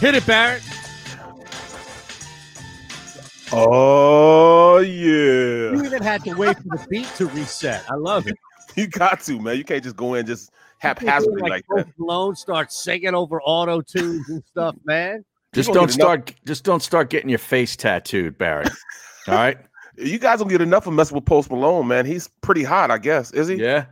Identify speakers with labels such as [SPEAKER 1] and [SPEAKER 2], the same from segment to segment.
[SPEAKER 1] Hit it, Barrett.
[SPEAKER 2] Oh yeah.
[SPEAKER 1] You even had to wait for the beat to reset. I love it.
[SPEAKER 2] You got to, man. You can't just go in just haphazardly like, "Oh."
[SPEAKER 1] Post
[SPEAKER 2] that.
[SPEAKER 1] Malone starts singing over auto tunes and stuff, man.
[SPEAKER 3] Just
[SPEAKER 2] People
[SPEAKER 3] don't
[SPEAKER 2] need to know-
[SPEAKER 3] start. Just don't start getting your face tattooed, Barry. All right.
[SPEAKER 2] You guys don't get enough of messing with Post Malone, man. He's pretty hot, I guess. Is he?
[SPEAKER 3] Yeah,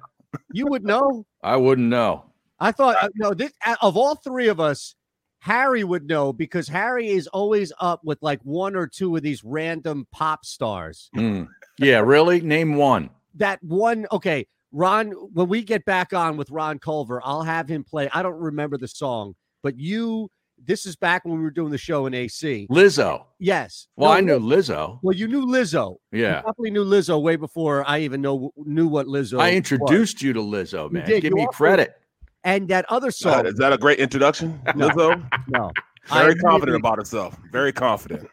[SPEAKER 1] You would know.
[SPEAKER 3] I wouldn't know.
[SPEAKER 1] I thought uh, no. This uh, of all three of us, Harry would know because Harry is always up with like one or two of these random pop stars.
[SPEAKER 3] Hmm. Yeah, really. Name one.
[SPEAKER 1] that one okay ron when we get back on with ron culver i'll have him play i don't remember the song but you this is back when we were doing the show in ac
[SPEAKER 3] Lizzo.
[SPEAKER 1] yes
[SPEAKER 3] Well,
[SPEAKER 1] No,
[SPEAKER 3] I knew
[SPEAKER 1] no.
[SPEAKER 3] Lizzo.
[SPEAKER 1] well you knew lizzo you
[SPEAKER 3] Yeah,
[SPEAKER 1] probably knew lizzo way before i even know knew what lizzo
[SPEAKER 3] I
[SPEAKER 1] was.
[SPEAKER 3] introduced you to Lizzo, man.
[SPEAKER 1] did.
[SPEAKER 3] Give
[SPEAKER 1] You
[SPEAKER 3] me
[SPEAKER 1] also-
[SPEAKER 3] credit.
[SPEAKER 1] and that other
[SPEAKER 2] Uh,
[SPEAKER 1] song
[SPEAKER 2] is that a great introduction,
[SPEAKER 1] No.
[SPEAKER 2] Lizzo?
[SPEAKER 1] no I
[SPEAKER 2] Very
[SPEAKER 1] immediately-
[SPEAKER 2] confident about herself. Very confident.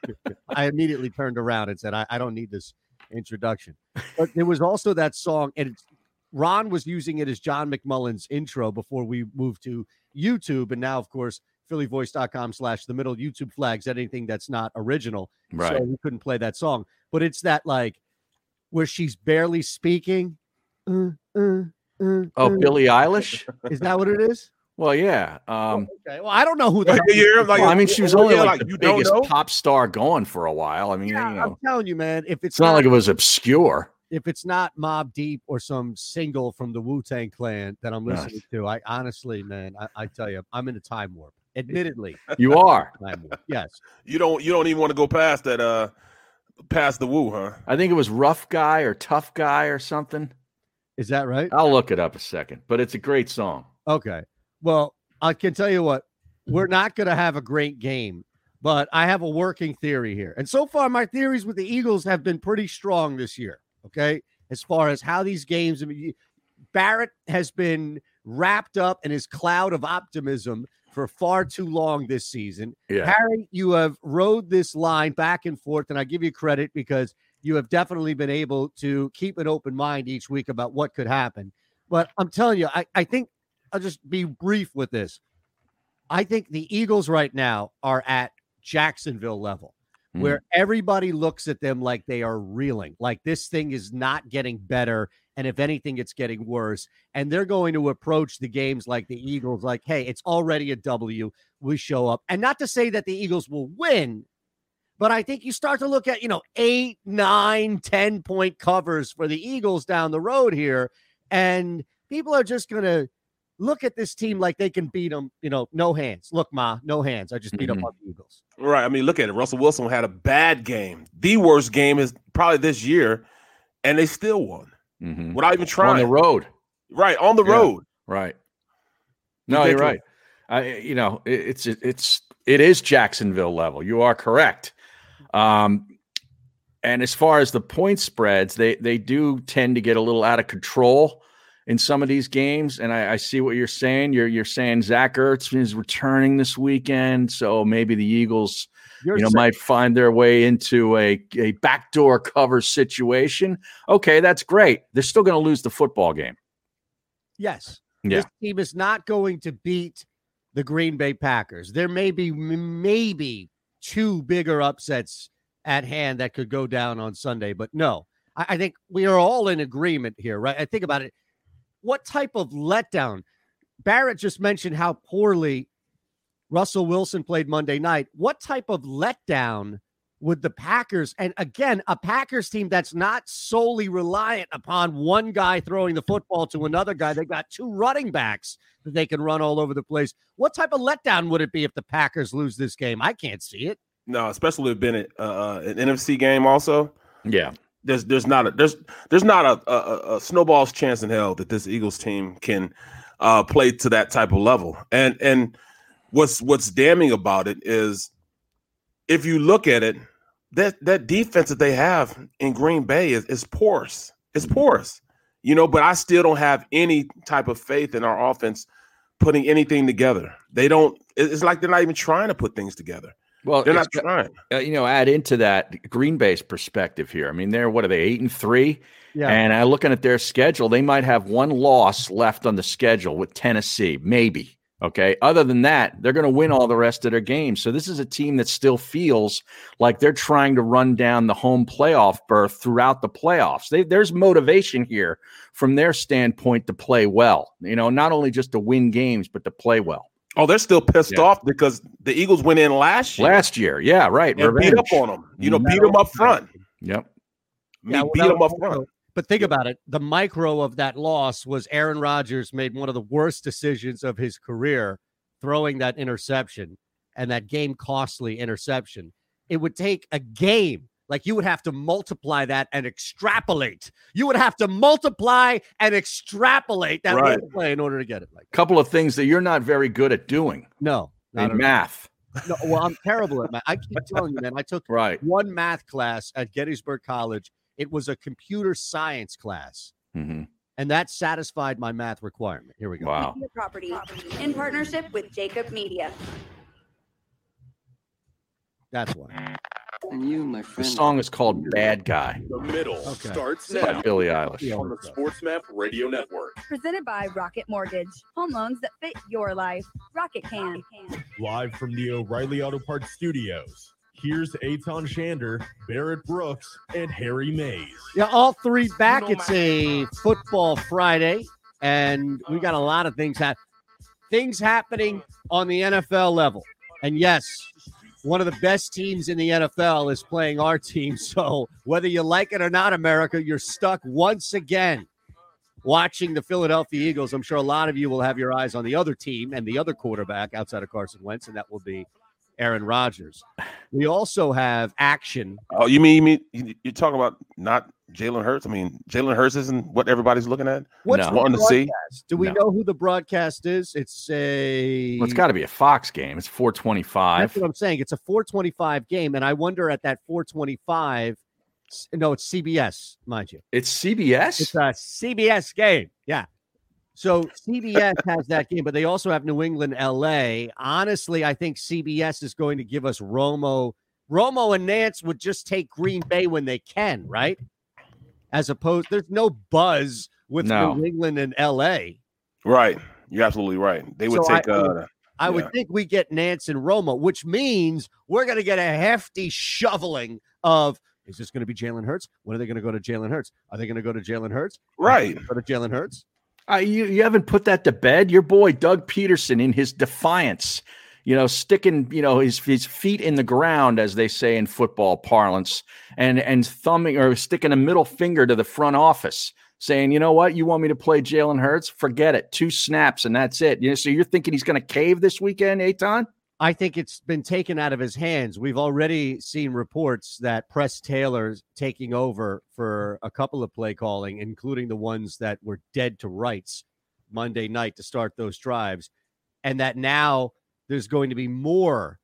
[SPEAKER 1] I immediately turned around and said, I, I don't need this introduction. But there was also that song, and it's, Ron was using it as John McMullen's intro before we moved to YouTube. And now, of course, phillyvoice.com slash the middle YouTube flags anything that's not original.
[SPEAKER 3] Right.
[SPEAKER 1] So we couldn't play that song. But it's that like where she's barely speaking. Uh, uh, uh,
[SPEAKER 3] oh,
[SPEAKER 1] uh.
[SPEAKER 3] Billie Eilish.
[SPEAKER 1] is that what it is?
[SPEAKER 3] Well, yeah. Um,
[SPEAKER 1] Oh, Okay. Well, I don't know who the
[SPEAKER 2] Yeah, you're like-
[SPEAKER 3] well, I mean, she was
[SPEAKER 2] yeah,
[SPEAKER 3] only like,
[SPEAKER 2] like,
[SPEAKER 3] the
[SPEAKER 2] you don't
[SPEAKER 3] biggest
[SPEAKER 2] know?
[SPEAKER 3] pop star going for a while. I mean,
[SPEAKER 1] Yeah,
[SPEAKER 3] you
[SPEAKER 1] I'm
[SPEAKER 3] know,
[SPEAKER 1] telling you, man. If it's,
[SPEAKER 3] it's not like it was obscure.
[SPEAKER 1] if it's not Mob Deep or some single from the Wu Tang Clan that I'm
[SPEAKER 3] Nice.
[SPEAKER 1] listening to, I honestly, man, I, I tell you, I'm in a time warp. Admittedly,
[SPEAKER 3] You are.
[SPEAKER 1] time warp. Yes,
[SPEAKER 2] You don't you don't even want to go past that uh past the woo, huh?
[SPEAKER 3] I think it was Rough Guy or Tough Guy or something.
[SPEAKER 1] is that right?
[SPEAKER 3] I'll look it up a second, but it's a great song.
[SPEAKER 1] Okay. Well, I can tell you what, we're not going to have a great game, but I have a working theory here, and so far my theories with the Eagles have been pretty strong this year. Okay, as far as how these games, I mean, you- Barrett has been wrapped up in his cloud of optimism for far too long this season.
[SPEAKER 3] Yeah.
[SPEAKER 1] Harry, you have rode this line back and forth, and I give you credit because you have definitely been able to keep an open mind each week about what could happen. But I'm telling you, I, I think I'll just be brief with this. I think the Eagles right now are at Jacksonville level,
[SPEAKER 3] Mhm.
[SPEAKER 1] where everybody looks at them like they are reeling, like this thing is not getting better. And if anything, it's getting worse. And they're going to approach the games like the Eagles, like, hey, it's already a W we show up. And not to say that the Eagles will win, but I think you start to look at, you know, eight, nine, 10 point covers for the Eagles down the road here. And people are just going to look at this team like they can beat them, you know, no hands. Look, Ma, no hands. I just beat
[SPEAKER 3] Mhm.
[SPEAKER 1] up on the Eagles.
[SPEAKER 2] Right. I mean, look at it. Russell Wilson had a bad game. The worst game is probably this year, and they still won.
[SPEAKER 3] Mhm.
[SPEAKER 2] Without even
[SPEAKER 3] On
[SPEAKER 2] trying.
[SPEAKER 3] the road.
[SPEAKER 2] Right, on the
[SPEAKER 3] Yeah.
[SPEAKER 2] road.
[SPEAKER 3] Right. No, you're right.
[SPEAKER 1] Ridiculous.
[SPEAKER 3] I, you know, it, it's it's it is Jacksonville level. You are correct. Um, and as far as the point spreads, they they do tend to get a little out of control in some of these games. And I, I see what you're saying. You're you're saying Zach Ertz is returning this weekend, so maybe the Eagles
[SPEAKER 1] You're
[SPEAKER 3] you know,
[SPEAKER 1] saying-
[SPEAKER 3] might find their way into a, a backdoor cover situation. Okay, that's great. They're still going to lose the football game.
[SPEAKER 1] Yes.
[SPEAKER 3] Yeah.
[SPEAKER 1] This team is not going to beat the Green Bay Packers. There may be m- maybe two bigger upsets at hand that could go down on Sunday, but no. I, I think we are all in agreement here, right? I think about it. what type of letdown? Barrett just mentioned how poorly Russell Wilson played Monday night. What type of letdown would the Packers, and again, a Packers team that's not solely reliant upon one guy throwing the football to another guy, they got two running backs that they can run all over the place. What type of letdown would it be if the Packers lose this game? I can't see it.
[SPEAKER 2] No, especially with Bennett, uh, an NFC game also.
[SPEAKER 3] Yeah.
[SPEAKER 2] There's there's not a there's there's not a, a, a snowball's chance in hell that this Eagles team can uh, play to that type of level. And and what's what's damning about it is if you look at it, that that defense that they have in Green Bay is, is porous. It's
[SPEAKER 3] Mm-hmm.
[SPEAKER 2] porous, you know. But I still don't have any type of faith in our offense putting anything together. They don't. it- It's like they're not even trying to put things together.
[SPEAKER 3] Well,
[SPEAKER 2] They're
[SPEAKER 3] it's got-
[SPEAKER 2] not trying.
[SPEAKER 3] uh, you know, add into that Green Bay's perspective here. I mean, they're what are they eight and three?
[SPEAKER 1] Yeah.
[SPEAKER 3] And I looking at their schedule, they might have one loss left on the schedule with Tennessee, maybe. Okay. Other than that, they're going to win all the rest of their games. So this is a team that still feels like they're trying to run down the home playoff berth throughout the playoffs. They, there's motivation here from their standpoint to play well. You know, not only just to win games, but to play well.
[SPEAKER 2] Oh, they're still pissed
[SPEAKER 3] Yeah.
[SPEAKER 2] off because the Eagles went in last year
[SPEAKER 3] Last year, yeah, right.
[SPEAKER 2] and beat up on them. You know, beat them up front.
[SPEAKER 3] Yep.
[SPEAKER 2] Me
[SPEAKER 1] Yeah,
[SPEAKER 2] beat
[SPEAKER 1] well, that
[SPEAKER 2] them up
[SPEAKER 1] was
[SPEAKER 2] front.
[SPEAKER 1] also- But think about it. The micro of that loss was Aaron Rodgers made one of the worst decisions of his career, throwing that interception and that game costly interception. It would take a game. Like you would have to multiply that and extrapolate. You would have to multiply and extrapolate that
[SPEAKER 2] Right.
[SPEAKER 1] little play in order to get it. Like,
[SPEAKER 3] couple of things that you're not very good at doing
[SPEAKER 1] no, not
[SPEAKER 3] in
[SPEAKER 1] at all.
[SPEAKER 3] math.
[SPEAKER 1] no. Well, I'm terrible at math. I keep telling you, man. I took
[SPEAKER 3] Right.
[SPEAKER 1] one math class at Gettysburg College. It was a computer science class.
[SPEAKER 3] Mhm.
[SPEAKER 1] and that satisfied my math requirement. Here we go.
[SPEAKER 3] Wow.
[SPEAKER 4] Media property in partnership with Jacob Media.
[SPEAKER 1] That's why.
[SPEAKER 5] And you, my
[SPEAKER 3] The
[SPEAKER 5] friend.
[SPEAKER 3] song is called Bad Guy
[SPEAKER 6] The middle
[SPEAKER 1] Okay.
[SPEAKER 6] starts
[SPEAKER 3] by
[SPEAKER 6] now
[SPEAKER 3] Billie Eilish.
[SPEAKER 6] on the SportsMap Radio Network.
[SPEAKER 4] Presented by Rocket Mortgage. Home loans that fit your life. Rocket can.
[SPEAKER 6] Live from the O'Reilly Auto Parts Studios. Here's Aton Shander, Barrett Brooks, and Harry Mays.
[SPEAKER 1] Yeah, all three back. It's a football Friday, and we got a lot of things happening. Things happening on the NFL level, and yes, one of the best teams in the NFL is playing our team. So whether you like it or not, America, you're stuck once again watching the Philadelphia Eagles. I'm sure a lot of you will have your eyes on the other team and the other quarterback outside of Carson Wentz, and that will be Aaron Rodgers. We also have action
[SPEAKER 2] Oh, you mean you mean you- you're talking about not Jalen Hurts? I mean, Jalen Hurts isn't what everybody's looking at.
[SPEAKER 1] What's
[SPEAKER 3] No.
[SPEAKER 1] the
[SPEAKER 2] Wanting to
[SPEAKER 1] broadcast?
[SPEAKER 2] see.
[SPEAKER 1] Do we
[SPEAKER 3] No.
[SPEAKER 1] know who the broadcast is? It's a.
[SPEAKER 3] Well, it's got to be a Fox game. It's
[SPEAKER 1] That's
[SPEAKER 3] 425.
[SPEAKER 1] what I'm saying. It's a 425 game, and I wonder at that 425. s- No, it's CBS, mind you.
[SPEAKER 3] It's
[SPEAKER 1] It's
[SPEAKER 3] CBS.
[SPEAKER 1] a CBS game. Yeah. So CBS has that game, but they also have New England, LA. Honestly, I think CBS is going to give us Romo. Romo and Nance would just take Green Bay when they can, right? As opposed, there's no buzz with
[SPEAKER 3] No.
[SPEAKER 1] New England and LA.
[SPEAKER 2] Right. You're absolutely right. They would
[SPEAKER 1] So I-
[SPEAKER 2] take uh
[SPEAKER 1] I
[SPEAKER 2] Yeah.
[SPEAKER 1] would think we get Nance and Roma, which means we're going to get a hefty shoveling of is this going to be Jalen Hurts? When are they going to go to Jalen Hurts? Are they going to go to Jalen Hurts? Are they
[SPEAKER 2] right.
[SPEAKER 1] gonna Go to Jalen Hurts?
[SPEAKER 3] Uh, you, you haven't put that to bed. Your boy, Doug Peterson, in his defiance, you know, sticking, you know, his, his feet in the ground, as they say in football parlance, and, and thumbing or sticking a middle finger to the front office. Saying, you know what, you want me to play Jalen Hurts? Forget it. Two snaps and that's it. You know, so you're thinking he's going to cave this weekend, Aton?
[SPEAKER 1] I think it's been taken out of his hands. We've already seen reports that Press Taylor's taking over for a couple of play calling, including the ones that were dead to rights Monday night to start those drives. And that now there's going to be more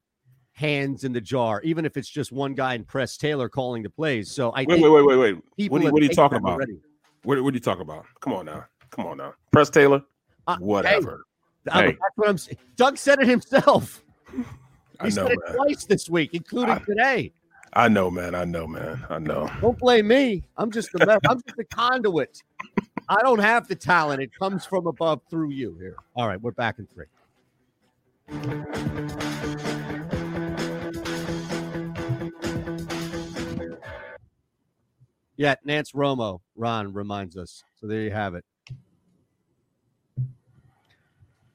[SPEAKER 1] hands in the jar, even if it's just one guy and Press Taylor calling the plays. So I
[SPEAKER 2] Wait,
[SPEAKER 1] think
[SPEAKER 2] wait, wait, wait, wait.
[SPEAKER 1] people
[SPEAKER 2] what are you-
[SPEAKER 1] have
[SPEAKER 2] what are you
[SPEAKER 1] taken
[SPEAKER 2] talking
[SPEAKER 1] that
[SPEAKER 2] about?
[SPEAKER 1] already.
[SPEAKER 2] What, what are you talking about? Come on now. Come on now. Press Taylor.
[SPEAKER 1] Uh,
[SPEAKER 2] Whatever.
[SPEAKER 1] I'm-
[SPEAKER 3] Hey.
[SPEAKER 1] That's what I'm saying. Doug said it himself. He
[SPEAKER 2] I know,
[SPEAKER 1] said it
[SPEAKER 2] man.
[SPEAKER 1] twice this week, including
[SPEAKER 2] I-
[SPEAKER 1] today.
[SPEAKER 2] I know, man. I know, man. I know.
[SPEAKER 1] Don't blame me. I'm just the me- I'm just the conduit. I don't have the talent. It comes from above through you. Here. All right, we're back in three. Yeah, Nance Romo, Ron reminds us. So there you have it.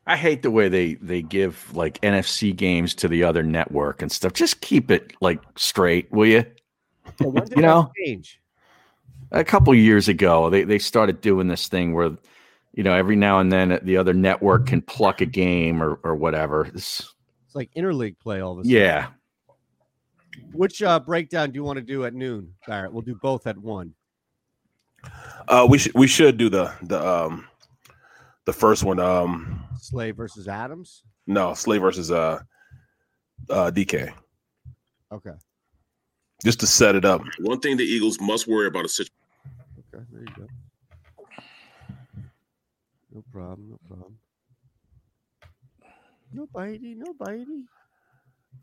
[SPEAKER 3] I hate the way they they give like NFC games to the other network and stuff. Just keep it like straight, will you?
[SPEAKER 1] So when did
[SPEAKER 3] You
[SPEAKER 1] that
[SPEAKER 3] know?
[SPEAKER 1] change?
[SPEAKER 3] a couple years ago they, they started doing this thing where you know every now and then the other network can pluck a game or, or whatever It's-
[SPEAKER 1] It's like interleague play all of a sudden.
[SPEAKER 3] yeah
[SPEAKER 1] Which uh, breakdown do you want to do at noon, Barrett? We'll do both at one.
[SPEAKER 2] Uh, we should we should do the the um the first one. Um,
[SPEAKER 1] Slay versus Adams.
[SPEAKER 2] no, Slay versus uh uh DK.
[SPEAKER 1] Okay.
[SPEAKER 2] Just to set it up.
[SPEAKER 5] One thing the Eagles must worry about is situation.
[SPEAKER 1] Okay. There you go. No problem. No problem. No bitey. No bitey.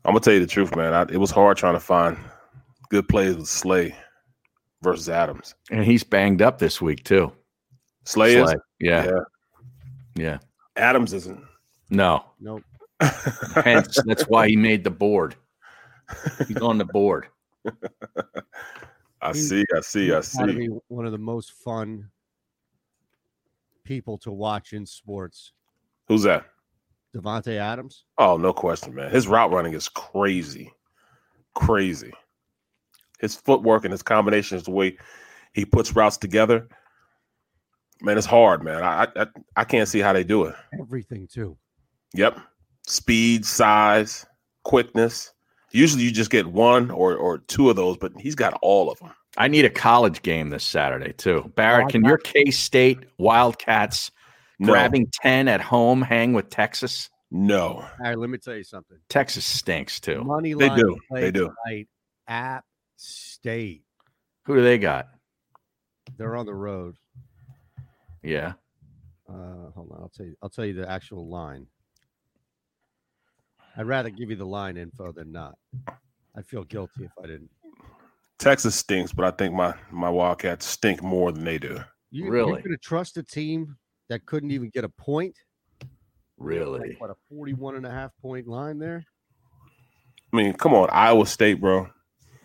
[SPEAKER 2] I'm gonna tell you the truth, man. I, it was hard trying to find good plays with Slay versus Adams.
[SPEAKER 3] and he's banged up this week too
[SPEAKER 2] Slay, Oh, is
[SPEAKER 3] Slay. yeah
[SPEAKER 2] Yeah.
[SPEAKER 3] Yeah.
[SPEAKER 2] Adams isn't.
[SPEAKER 3] no
[SPEAKER 1] Nope.
[SPEAKER 3] hence that's why he made the board he's on the board
[SPEAKER 2] I see. I see. I
[SPEAKER 1] He's gotta
[SPEAKER 2] see.
[SPEAKER 1] be one of the most fun people to watch in sports.
[SPEAKER 2] Who's that?
[SPEAKER 1] Devonte Adams.
[SPEAKER 2] Oh, no question, man. His route running is crazy. Crazy. His footwork and his combinations, the way he puts routes together. Man, it's hard, man. I I, I can't see how they do it.
[SPEAKER 1] Everything too.
[SPEAKER 2] Yep. Speed, size, quickness. Usually you just get one or or two of those, but he's got all of them.
[SPEAKER 3] i need a college game this saturday too barrett can your k-state wildcats
[SPEAKER 2] No,
[SPEAKER 3] grabbing 10 at home hang with texas
[SPEAKER 2] no.
[SPEAKER 1] All right. Let me tell you something.
[SPEAKER 3] texas stinks too
[SPEAKER 1] Money
[SPEAKER 2] They
[SPEAKER 1] line
[SPEAKER 2] do.
[SPEAKER 1] play
[SPEAKER 2] They do.
[SPEAKER 1] Tonight at State.
[SPEAKER 3] who do they got
[SPEAKER 1] They're on the road.
[SPEAKER 3] yeah
[SPEAKER 1] Uh, hold on, I'll tell you. I'll tell you the actual line. I'd rather give you the line info than not. I'd feel guilty if I didn't.
[SPEAKER 2] Texas stinks, but I think my my Wildcats stink more than they do.
[SPEAKER 1] You,
[SPEAKER 3] Really?
[SPEAKER 1] You're gonna trust a team that couldn't even get a point?
[SPEAKER 3] really
[SPEAKER 1] Like what a 41 and a half point line there?
[SPEAKER 2] I mean, come on, Iowa State, bro.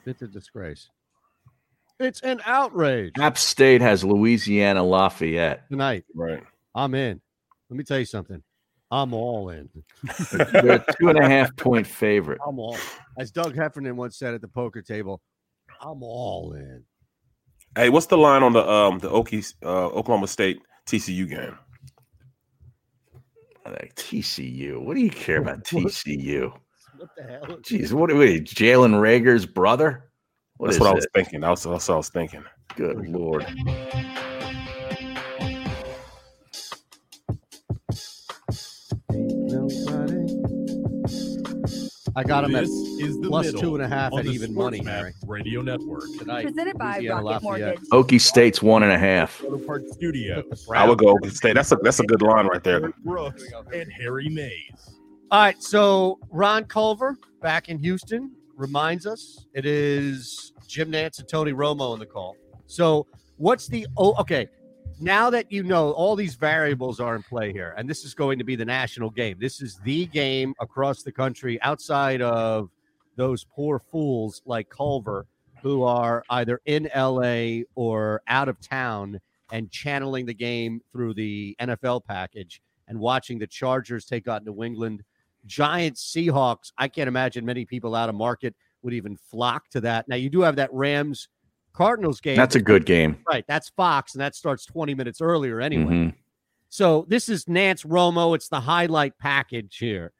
[SPEAKER 1] It's a disgrace. It's an outrage
[SPEAKER 3] App State has Louisiana Lafayette.
[SPEAKER 1] tonight.
[SPEAKER 2] Right.
[SPEAKER 1] I'm in. Let me tell you something. I'm all in.
[SPEAKER 3] They're a two and a half point favorite.
[SPEAKER 1] I'm all. As Doug Heffernan once said at the poker table, I'm all in.
[SPEAKER 2] Hey, what's the line on the um the Okie, uh, Oklahoma State TCU game?
[SPEAKER 3] Like, TCU. What do you care about TCU?
[SPEAKER 1] What the hell?
[SPEAKER 3] Jeez, what are we? Jalen Rager's brother? What
[SPEAKER 2] That's
[SPEAKER 3] is
[SPEAKER 2] what I was
[SPEAKER 3] it?
[SPEAKER 2] thinking. That's, that's what I was thinking.
[SPEAKER 3] Good lord.
[SPEAKER 1] Nobody. I got him at
[SPEAKER 6] this is the
[SPEAKER 1] plus
[SPEAKER 6] middle
[SPEAKER 1] two and a half
[SPEAKER 6] on
[SPEAKER 1] at
[SPEAKER 6] the
[SPEAKER 1] even
[SPEAKER 6] Sports
[SPEAKER 1] money,
[SPEAKER 6] Map
[SPEAKER 1] Harry.
[SPEAKER 6] Radio Network.
[SPEAKER 1] tonight.
[SPEAKER 4] Presented by
[SPEAKER 1] Louisiana
[SPEAKER 4] Rocket
[SPEAKER 1] Lafayette.
[SPEAKER 4] Mortgage.
[SPEAKER 3] Okie State's one and a half.
[SPEAKER 6] Auto Parts Studios.
[SPEAKER 2] I would go Okie State. That's a that's a good line right there.
[SPEAKER 6] Barrett Brooks and Harry Mays.
[SPEAKER 1] All right, so Ron Culver back in Houston reminds us it is Jim Nance and Tony Romo on the call. So what's the oh okay? Now that you know all these variables are in play here, and this is going to be the national game. This is the game across the country outside of those poor fools like Culver who are either in LA or out of town and channeling the game through the NFL package and watching the Chargers take on New England. Giants, Seahawks. I can't imagine many people out of market would even flock to that. Now you do have that Rams Cardinals game.
[SPEAKER 3] That's a good game.
[SPEAKER 1] right. That's Fox, and that starts 20 minutes earlier anyway.
[SPEAKER 3] Mhm.
[SPEAKER 1] So this is Nance Romo. It's the highlight package here.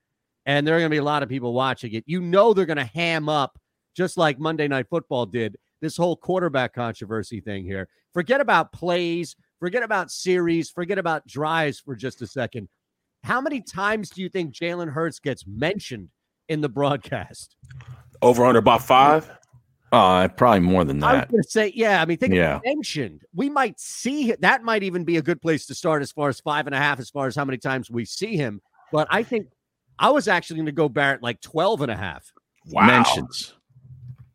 [SPEAKER 1] And there are going to be a lot of people watching it. You know they're going to ham up just like Monday Night Football did this whole quarterback controversy thing here. Forget about plays, forget about series, forget about drives for just a second. How many times do you think Jalen Hurts gets mentioned in the broadcast?
[SPEAKER 2] Over under by five.
[SPEAKER 3] Uh, probably more than
[SPEAKER 1] I was
[SPEAKER 3] that.
[SPEAKER 1] going to say, yeah. I mean, think
[SPEAKER 3] Yeah.
[SPEAKER 1] mentioned. We might see hi- that might even be a good place to start as far as five and a half, as far as how many times we see him. But I think I was actually going to go Barrett like 12 and a half.
[SPEAKER 2] Wow.
[SPEAKER 3] Mentions.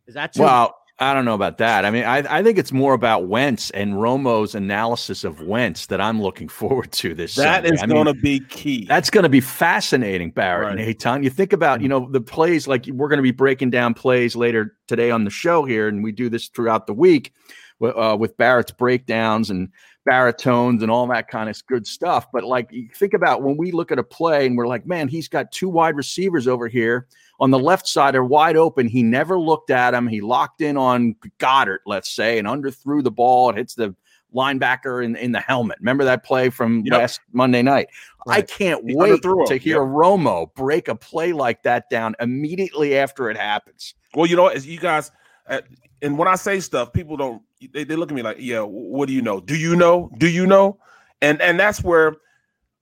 [SPEAKER 1] Is that too?
[SPEAKER 3] Well, I don't know about that. I mean, I, I think it's more about Wentz and Romo's analysis of Wentz that I'm looking forward to this.
[SPEAKER 2] That
[SPEAKER 3] Sunday.
[SPEAKER 2] is
[SPEAKER 3] I mean,
[SPEAKER 2] going to be key.
[SPEAKER 3] That's going to be fascinating, Barrett
[SPEAKER 2] Right.
[SPEAKER 3] and Aton. You think about, you know, the plays, like we're going to be breaking down plays later today on the show here, and we do this throughout the week. wi- uh, with Barrett's breakdowns and baritones and all that kind of good stuff. But like, you think about when we look at a play and we're like, man, he's got two wide receivers over here on the left side are wide open. He never looked at him. He locked in on Goddard, let's say, and underthrew the ball. It hits the linebacker in, in the helmet. Remember that play from
[SPEAKER 2] Yep.
[SPEAKER 3] last Monday night? I
[SPEAKER 1] Right.
[SPEAKER 3] can't
[SPEAKER 2] He
[SPEAKER 3] wait
[SPEAKER 2] underthrew him.
[SPEAKER 3] to hear Romo break a play like that down immediately after it happens.
[SPEAKER 2] Well, you know, as you guys, uh, and when I say stuff, people don't. They, they look at me like, "Yeah, wh- what do you know? Do you know? Do you know?" And and that's where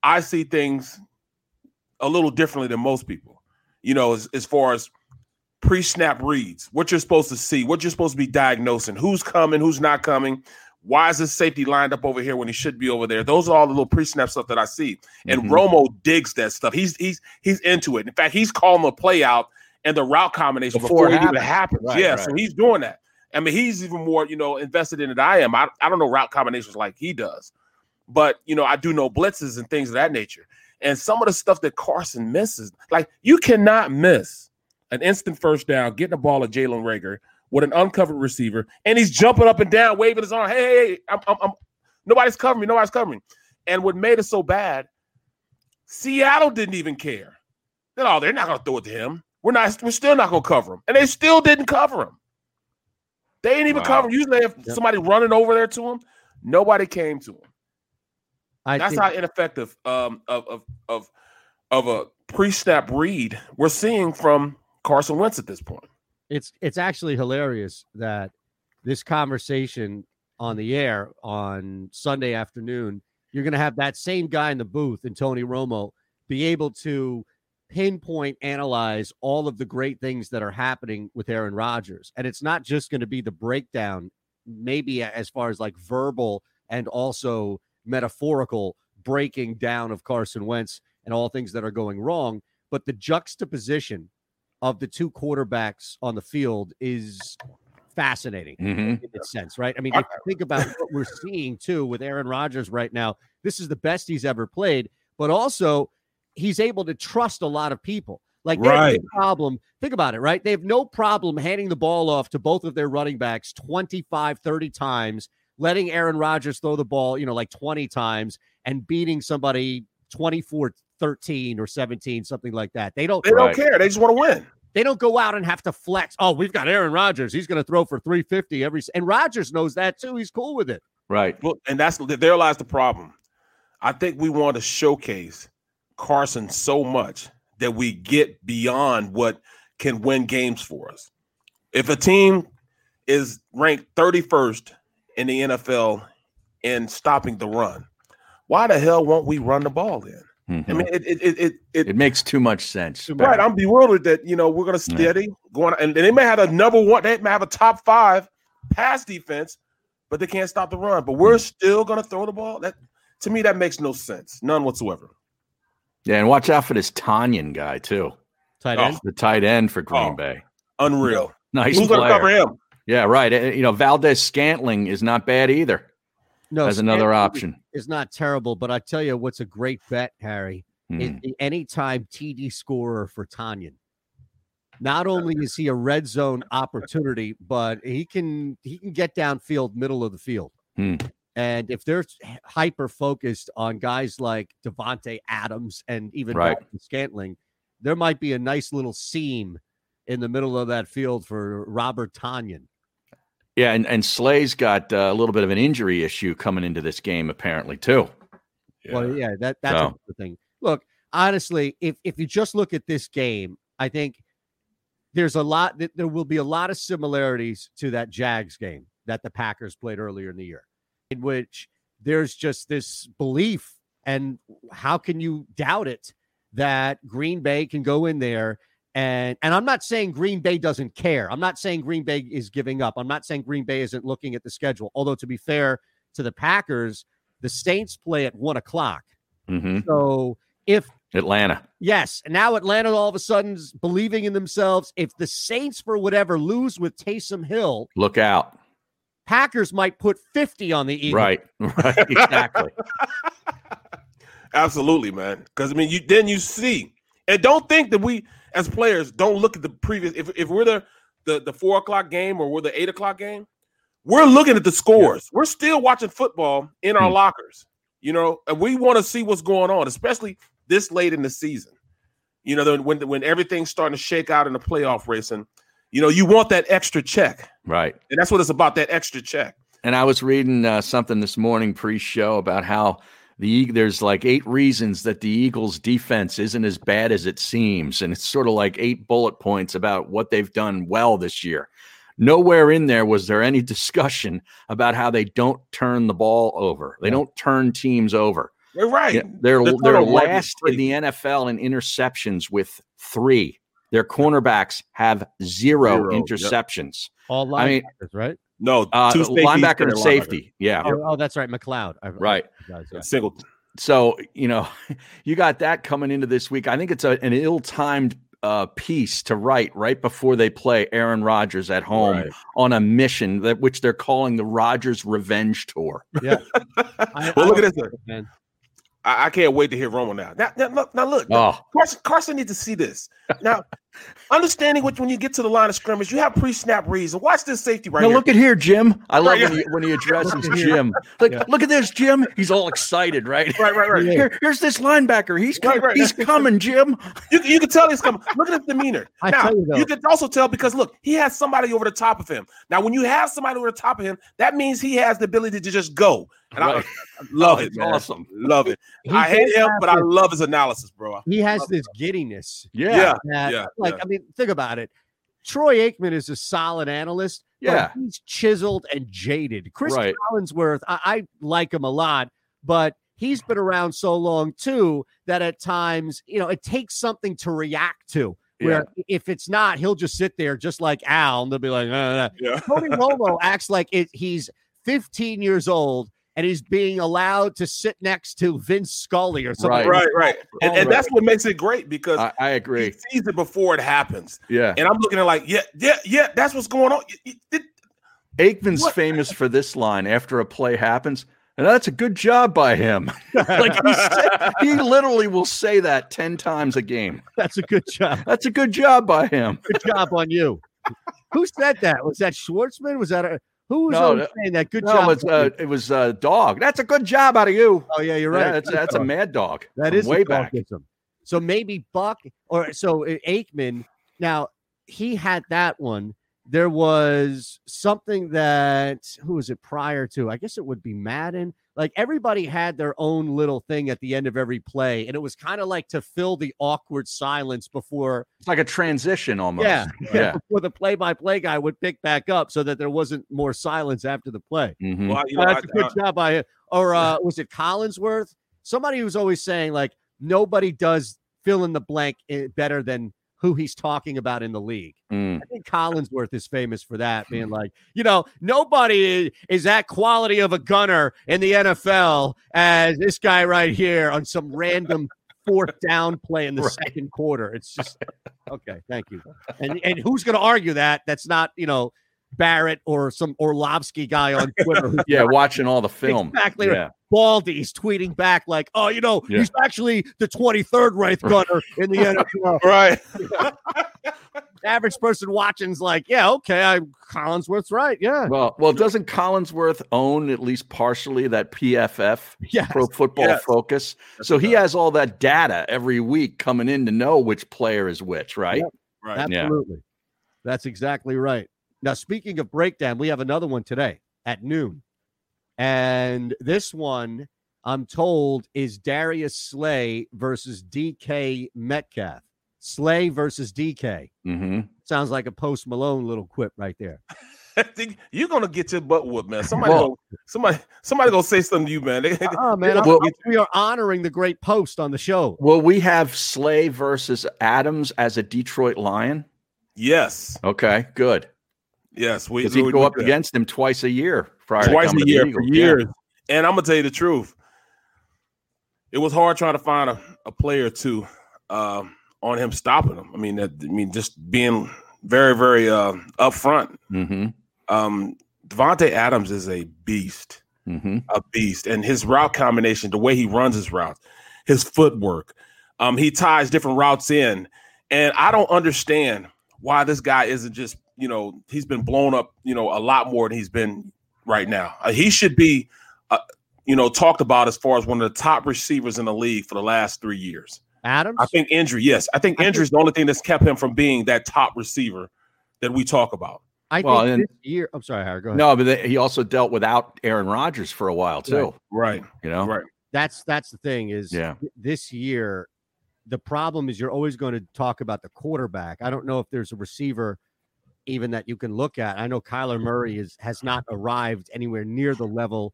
[SPEAKER 2] I see things a little differently than most people. You know, as, as far as pre-snap reads, what you're supposed to see, what you're supposed to be diagnosing, who's coming, who's not coming, why is this safety lined up over here when he should be over there? Those are all the little pre-snap stuff that I see. And
[SPEAKER 3] Mhm.
[SPEAKER 2] Romo digs that stuff. He's he's he's into it. In fact, he's calling the play out and the route combination
[SPEAKER 3] Before
[SPEAKER 2] before,
[SPEAKER 3] it
[SPEAKER 2] it even
[SPEAKER 3] happens.
[SPEAKER 2] happens.
[SPEAKER 3] Right,
[SPEAKER 2] yeah,
[SPEAKER 3] right.
[SPEAKER 2] so he's doing that. I mean, he's even more you know invested in it. than I am. I, I don't know route combinations like he does, but you know I do know blitzes and things of that nature. And some of the stuff that Carson misses, like you cannot miss an instant first down, getting a ball at Jalen Rager with an uncovered receiver, and he's jumping up and down, waving his arm. Hey, hey, hey I'm, I'm, I'm, nobody's covering me. Nobody's covering me. And what made it so bad, Seattle didn't even care. They're oh, they're not gonna throw it to him. We're not. We're still not gonna cover him, and they still didn't cover him. They didn't even
[SPEAKER 3] Wow.
[SPEAKER 2] cover him. Usually, if
[SPEAKER 1] Yep.
[SPEAKER 2] somebody running over there to him, nobody came to him.
[SPEAKER 1] I
[SPEAKER 2] That's
[SPEAKER 1] think-
[SPEAKER 2] how ineffective um, of of of of a pre-snap read we're seeing from Carson Wentz at this point.
[SPEAKER 1] it's it's actually hilarious that this conversation on the air on Sunday afternoon, you're going to have that same guy in the booth and Tony Romo be able to pinpoint analyze all of the great things that are happening with Aaron Rodgers. And it's not just going to be the breakdown, maybe a- as far as like verbal and also metaphorical breaking down of Carson Wentz and all things that are going wrong, but the juxtaposition of the two quarterbacks on the field is fascinating in its sense, right? I mean, if you think about what we're seeing too with Aaron Rodgers right now, this is the best he's ever played, but also he's able to trust a lot of people. Like they have no
[SPEAKER 2] Right.
[SPEAKER 1] problem. Think about it, right? They have no problem handing the ball off to both of their running backs 25, 30 times, letting Aaron Rodgers throw the ball, you know, like 20 times and beating somebody 24 13 or 17, something like that. They don't
[SPEAKER 2] They don't
[SPEAKER 3] Right.
[SPEAKER 2] care. They just want to win.
[SPEAKER 1] they don't go out and have to flex. Oh, we've got Aaron Rodgers. He's going to throw for 350 every. s-" And Rodgers knows that too. He's cool with it.
[SPEAKER 3] Right.
[SPEAKER 2] Well, and that's there lies the problem. I think we want to showcase Carson so much that we get beyond what can win games for us. If a team is ranked 31st in the NFL in stopping the run, why the hell won't we run the ball then? I mean, it it it it, it
[SPEAKER 3] it makes too much sense.
[SPEAKER 2] Mm-hmm. Right, I'm bewildered that you know we're going to
[SPEAKER 3] Yeah.
[SPEAKER 2] steady going, and, and they may have a number one, they may have a top five pass defense, but they can't stop the run. But
[SPEAKER 3] Mm.
[SPEAKER 2] we're still going to throw the ball. That to me, that makes no sense, none whatsoever.
[SPEAKER 3] yeah, and watch out for this Tanyan guy too,
[SPEAKER 1] Tight
[SPEAKER 2] Oh.
[SPEAKER 1] end.
[SPEAKER 3] the tight end for Green
[SPEAKER 2] Oh.
[SPEAKER 3] Bay.
[SPEAKER 2] Unreal.
[SPEAKER 3] Nice
[SPEAKER 2] Who's going to
[SPEAKER 3] player.
[SPEAKER 2] cover him?
[SPEAKER 3] Yeah, right. Eh, You know, Valdez Scantling is not bad either
[SPEAKER 1] no,
[SPEAKER 3] as another
[SPEAKER 1] Stanton
[SPEAKER 3] option.
[SPEAKER 1] is not terrible. But I tell you, what's a great bet, Harry, is
[SPEAKER 3] Mm.
[SPEAKER 1] the anytime TD scorer for Tanyan. Not only is he a red zone opportunity, but he can he can get downfield, middle of the field.
[SPEAKER 3] Hmm.
[SPEAKER 1] And if they're hyper focused on guys like Devonte Adams and even
[SPEAKER 3] Right.
[SPEAKER 1] Dalton Scantling, there might be a nice little seam in the middle of that field for Robert Tanyan.
[SPEAKER 3] Yeah, and, and Slay's got uh, a little bit of an injury issue coming into this game, apparently, too.
[SPEAKER 1] Well, yeah, that that's
[SPEAKER 3] So-
[SPEAKER 1] another thing. Look, honestly, if if you just look at this game, I think there's a lot that there will be a lot of similarities to that Jags game that the Packers played earlier in the year, in which there's just this belief, and how can you doubt it that Green Bay can go in there and and I'm not saying Green Bay doesn't care. I'm not saying Green Bay is giving up. I'm not saying Green Bay isn't looking at the schedule. Although to be fair to the Packers, the Saints play at one o'clock.
[SPEAKER 3] hmm
[SPEAKER 1] So if
[SPEAKER 3] Atlanta.
[SPEAKER 1] yes, now Atlanta all of a sudden's believing in themselves. If the Saints for whatever lose with Taysom Hill,
[SPEAKER 3] Look out.
[SPEAKER 1] Packers might put 50 on the Eagles.
[SPEAKER 3] Right. Right. Exactly.
[SPEAKER 2] Absolutely, man. Because I mean, you then you see, and don't think that we as players don't look at the previous. If if we're the the, the four o'clock game or we're the eight o'clock game, We're looking at the scores. We're still watching football in
[SPEAKER 3] Hmm.
[SPEAKER 2] our lockers. You know, and we want to see what's going on, especially this late in the season. You know, then when when everything's starting to shake out in the playoff racing, you know, you want that extra check,
[SPEAKER 3] Right.
[SPEAKER 2] and that's what it's about. That extra check.
[SPEAKER 3] And I was reading uh, something this morning pre-show about how the Eag- there's like eight reasons that the Eagles' defense isn't as bad as it seems, and it's sort of like eight bullet points about what they've done well this year. Nowhere in there was there any discussion about how they don't turn the ball over. They don't turn teams over.
[SPEAKER 2] You're right.
[SPEAKER 3] Yeah, They're
[SPEAKER 2] The
[SPEAKER 3] they're
[SPEAKER 2] total line is
[SPEAKER 3] last
[SPEAKER 2] three.
[SPEAKER 3] in the NFL in interceptions with three. Their cornerbacks have zero,
[SPEAKER 2] Zero, yep.
[SPEAKER 3] interceptions.
[SPEAKER 1] All linebackers,
[SPEAKER 3] I mean,
[SPEAKER 1] right?
[SPEAKER 2] No,
[SPEAKER 3] Uh,
[SPEAKER 2] two safeties
[SPEAKER 3] linebacker and
[SPEAKER 2] a
[SPEAKER 3] safety. Yeah.
[SPEAKER 1] Oh, oh, that's right, McLeod. I- I
[SPEAKER 3] Right.
[SPEAKER 1] apologize, yeah.
[SPEAKER 2] linebacker. Singleton.
[SPEAKER 3] so you know you got that coming into this week i think it's a, an ill-timed uh, piece to write right before they play aaron rodgers at home
[SPEAKER 2] Right.
[SPEAKER 3] on a mission that which they're calling the rodgers revenge tour
[SPEAKER 1] I-
[SPEAKER 2] well,
[SPEAKER 1] I
[SPEAKER 2] look
[SPEAKER 1] don't-
[SPEAKER 2] at this.
[SPEAKER 1] man.
[SPEAKER 2] I, I can't wait to hear Romo now. Now, now look, now look
[SPEAKER 3] oh
[SPEAKER 2] Carson, Carson needs to see this. Now, understanding what when you get to the line of scrimmage, you have pre-snap reads. And Watch this safety right
[SPEAKER 3] now
[SPEAKER 2] here.
[SPEAKER 3] look at here jim i love
[SPEAKER 2] Right
[SPEAKER 3] when, he, when he addresses
[SPEAKER 1] Look at here.
[SPEAKER 3] jim like
[SPEAKER 1] Yeah.
[SPEAKER 3] look at this jim he's all excited right
[SPEAKER 2] right, right, right.
[SPEAKER 3] Here, here's this linebacker. He's coming.
[SPEAKER 2] Right, right.
[SPEAKER 3] He's coming, Jim.
[SPEAKER 2] You, you can tell he's coming. Look at his demeanor.
[SPEAKER 1] I
[SPEAKER 2] now,
[SPEAKER 1] tell you though-
[SPEAKER 2] you, can also tell because look, he has somebody over the top of him. Now, when you have somebody over the top of him, that means he has the ability to just go. And
[SPEAKER 3] Right.
[SPEAKER 2] I, I love it,
[SPEAKER 3] It's
[SPEAKER 2] man.
[SPEAKER 3] awesome.
[SPEAKER 2] Love it.
[SPEAKER 1] He
[SPEAKER 2] I hate
[SPEAKER 1] does
[SPEAKER 2] him,
[SPEAKER 1] have
[SPEAKER 2] but I
[SPEAKER 1] this-
[SPEAKER 2] love his analysis, bro.
[SPEAKER 1] he has this giddiness
[SPEAKER 3] Yeah.
[SPEAKER 1] that,
[SPEAKER 2] Yeah,
[SPEAKER 1] like,
[SPEAKER 2] yeah.
[SPEAKER 1] I mean, think about it. Troy Aikman is a solid analyst. but
[SPEAKER 3] Yeah.
[SPEAKER 1] he's chiseled and jaded. Chris
[SPEAKER 3] Right.
[SPEAKER 1] Collinsworth, I, I like him a lot, but he's been around so long too that at times, you know, it takes something to react to. Where if it's not, he'll just sit there, just like Al, and they'll be like, no, no, no.
[SPEAKER 2] Yeah.
[SPEAKER 1] Tony Romo acts like it, he's 15 years old and he's being allowed to sit next to Vince Scully or something.
[SPEAKER 3] Right.
[SPEAKER 1] like
[SPEAKER 2] Right, right. And, and that's what makes it great because
[SPEAKER 3] I, I agree.
[SPEAKER 2] he sees it before it happens.
[SPEAKER 3] Yeah.
[SPEAKER 2] And I'm looking at like, yeah, yeah, yeah, that's what's going on. Y- y- it-
[SPEAKER 3] Aikman's
[SPEAKER 2] What-
[SPEAKER 3] famous for this line after a play happens, and that's a good job by him. like he, said, he literally will say that ten times a game.
[SPEAKER 1] That's a good job.
[SPEAKER 3] That's a good job by him.
[SPEAKER 1] good job on you. Who said that? Was that Schwartzman? Was that a, who was
[SPEAKER 3] No,
[SPEAKER 1] always
[SPEAKER 3] that-
[SPEAKER 1] saying that? Good
[SPEAKER 3] no,
[SPEAKER 1] job.
[SPEAKER 3] It's,
[SPEAKER 1] on
[SPEAKER 3] uh,
[SPEAKER 1] you?
[SPEAKER 3] it was uh, dog. That's a good job out of you.
[SPEAKER 1] oh yeah, you're
[SPEAKER 3] Yeah,
[SPEAKER 1] right.
[SPEAKER 3] that's, that's Uh, a mad dog.
[SPEAKER 1] that
[SPEAKER 3] from
[SPEAKER 1] is a
[SPEAKER 3] way back.
[SPEAKER 1] doggism. So maybe Buck or so uh, Aikman. Now he had that one. There was something that who was it prior to? I guess it would be Madden. Like everybody had their own little thing at the end of every play, and it was kind of like to fill the awkward silence before
[SPEAKER 3] It's like a transition almost.
[SPEAKER 1] Yeah,
[SPEAKER 3] Yeah.
[SPEAKER 1] before the play-by-play guy would pick back up, so that there wasn't more silence after the play.
[SPEAKER 3] Mhm.
[SPEAKER 2] well, you know,
[SPEAKER 1] Oh, that's
[SPEAKER 2] I- uh,
[SPEAKER 1] a good
[SPEAKER 2] I-
[SPEAKER 1] job by him. Or uh, was it Collinsworth? Somebody who's always saying like nobody does fill in the blank i- better than who he's talking about in the league.
[SPEAKER 3] Mm.
[SPEAKER 1] I think Collinsworth is famous for that, being like, you know, nobody i- is that quality of a gunner in the NFL as this guy right here on some random fourth down play in the
[SPEAKER 3] Right.
[SPEAKER 1] second quarter. It's just okay. Thank you. And and who's going to argue that? That's not you know Barrett or some Orlovsky guy on Twitter who's
[SPEAKER 3] Yeah, watching all the film.
[SPEAKER 1] Exactly right.
[SPEAKER 3] Yeah.
[SPEAKER 1] Baldy's tweeting back like, "Oh, you know,
[SPEAKER 3] Yeah.
[SPEAKER 1] he's actually the 23rd ranked gunner in the NFL."
[SPEAKER 2] Right.
[SPEAKER 1] Average person watching's like, "Yeah, okay, I'm Collinsworth's right, yeah,
[SPEAKER 3] Well, well, doesn't Collinsworth own at least partially that PFF
[SPEAKER 1] yeah."
[SPEAKER 3] Pro Football
[SPEAKER 2] Yes.
[SPEAKER 3] Focus. So he has all that data every week coming in to know which player is which, right?
[SPEAKER 2] Right.
[SPEAKER 3] Yeah.
[SPEAKER 1] Absolutely, that's exactly right. Now, speaking of breakdown, we have another one today at noon, and this one I'm told is Darius Slay versus DK Metcalf. Slay versus DK
[SPEAKER 3] Mm-hmm.
[SPEAKER 1] sounds like a Post Malone little quip right there.
[SPEAKER 2] I think you're gonna get your butt whooped, man. Somebody,
[SPEAKER 3] Well-
[SPEAKER 2] gonna, somebody, somebody gonna say something to you, man. They- they-
[SPEAKER 1] Oh man, I'm-
[SPEAKER 3] Well-
[SPEAKER 1] I'm- we are honoring the great post on the show.
[SPEAKER 3] Well, we have Slay versus Adams as a Detroit Lion.
[SPEAKER 2] yes,
[SPEAKER 3] Okay, good.
[SPEAKER 2] yes, we,
[SPEAKER 3] Because he'd
[SPEAKER 2] we
[SPEAKER 3] go
[SPEAKER 2] do
[SPEAKER 3] up
[SPEAKER 2] that.
[SPEAKER 3] against him twice a year prior to
[SPEAKER 2] twice
[SPEAKER 3] coming to
[SPEAKER 2] a
[SPEAKER 3] the
[SPEAKER 2] year for
[SPEAKER 3] Eagles. Yeah.
[SPEAKER 2] years. And I'm gonna tell you the truth. It was hard trying to find a, a player or two um, on him stopping him. I mean, that, I mean, just being very, very uh, upfront.
[SPEAKER 3] Mhm,
[SPEAKER 1] Mm-hmm.
[SPEAKER 2] Um, Devontae Adams is a beast.
[SPEAKER 3] mhm.
[SPEAKER 1] Mm-hmm.
[SPEAKER 2] a beast. And his route combination, the way he runs his routes, his footwork, um, he ties different routes in. And I don't understand why this guy isn't just, you know, he's been blown up, you know, a lot more than he's been right now. Uh, he should be, uh, you know, talked about as far as one of the top receivers in the league for the last three years.
[SPEAKER 1] Adams.
[SPEAKER 2] I think injury, yes, I think
[SPEAKER 1] I think-
[SPEAKER 2] injury is the only thing that's kept him from being that top receiver that we talk about.
[SPEAKER 1] I
[SPEAKER 3] Well,
[SPEAKER 1] think
[SPEAKER 3] and-
[SPEAKER 1] this year. I'm sorry, Howard. Go ahead.
[SPEAKER 3] No, but they, he also dealt without Aaron Rodgers for a while too.
[SPEAKER 1] Right.
[SPEAKER 2] Right.
[SPEAKER 3] You know,
[SPEAKER 2] Right.
[SPEAKER 1] that's that's the thing is
[SPEAKER 3] Yeah.
[SPEAKER 1] th- this year the problem is you're always going to talk about the quarterback. I don't know if there's a receiver even that you can look at. I know Kyler Murray is has not arrived anywhere near the level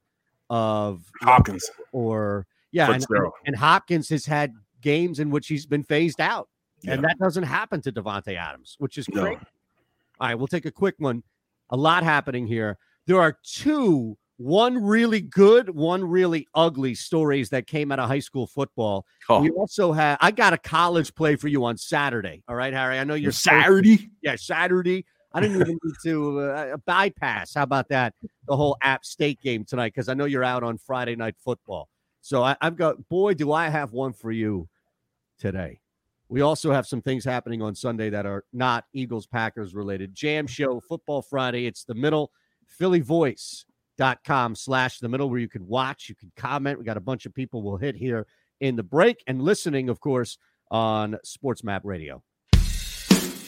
[SPEAKER 1] of
[SPEAKER 2] Hopkins,
[SPEAKER 1] or yeah, and,
[SPEAKER 2] Fitzgerald.
[SPEAKER 1] and Hopkins has had games in which he's been phased out. And
[SPEAKER 2] Yeah.
[SPEAKER 1] that doesn't happen to Devontae Adams, which is
[SPEAKER 2] No.
[SPEAKER 1] great. All right, we'll take a quick one. A lot happening here. There are two, one really good, one really ugly stories that came out of high school football.
[SPEAKER 3] Oh,
[SPEAKER 1] We also had I got a college play for you on Saturday. All right, Harry. I know you're
[SPEAKER 3] your
[SPEAKER 1] supposed-
[SPEAKER 3] Saturday.
[SPEAKER 1] yeah, Saturday. I didn't even need to uh, bypass. How about that? The whole App State game tonight because I know you're out on Friday night football. So I, I've got boy, do I have one for you today. We also have some things happening on Sunday that are not Eagles Packers related. Jam Show Football Friday. It's the middle. PhillyVoice.com slash the middle where you can watch, you can comment. We got a bunch of people we'll hit here in the break and listening, of course, on Sports Map Radio.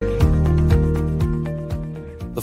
[SPEAKER 7] The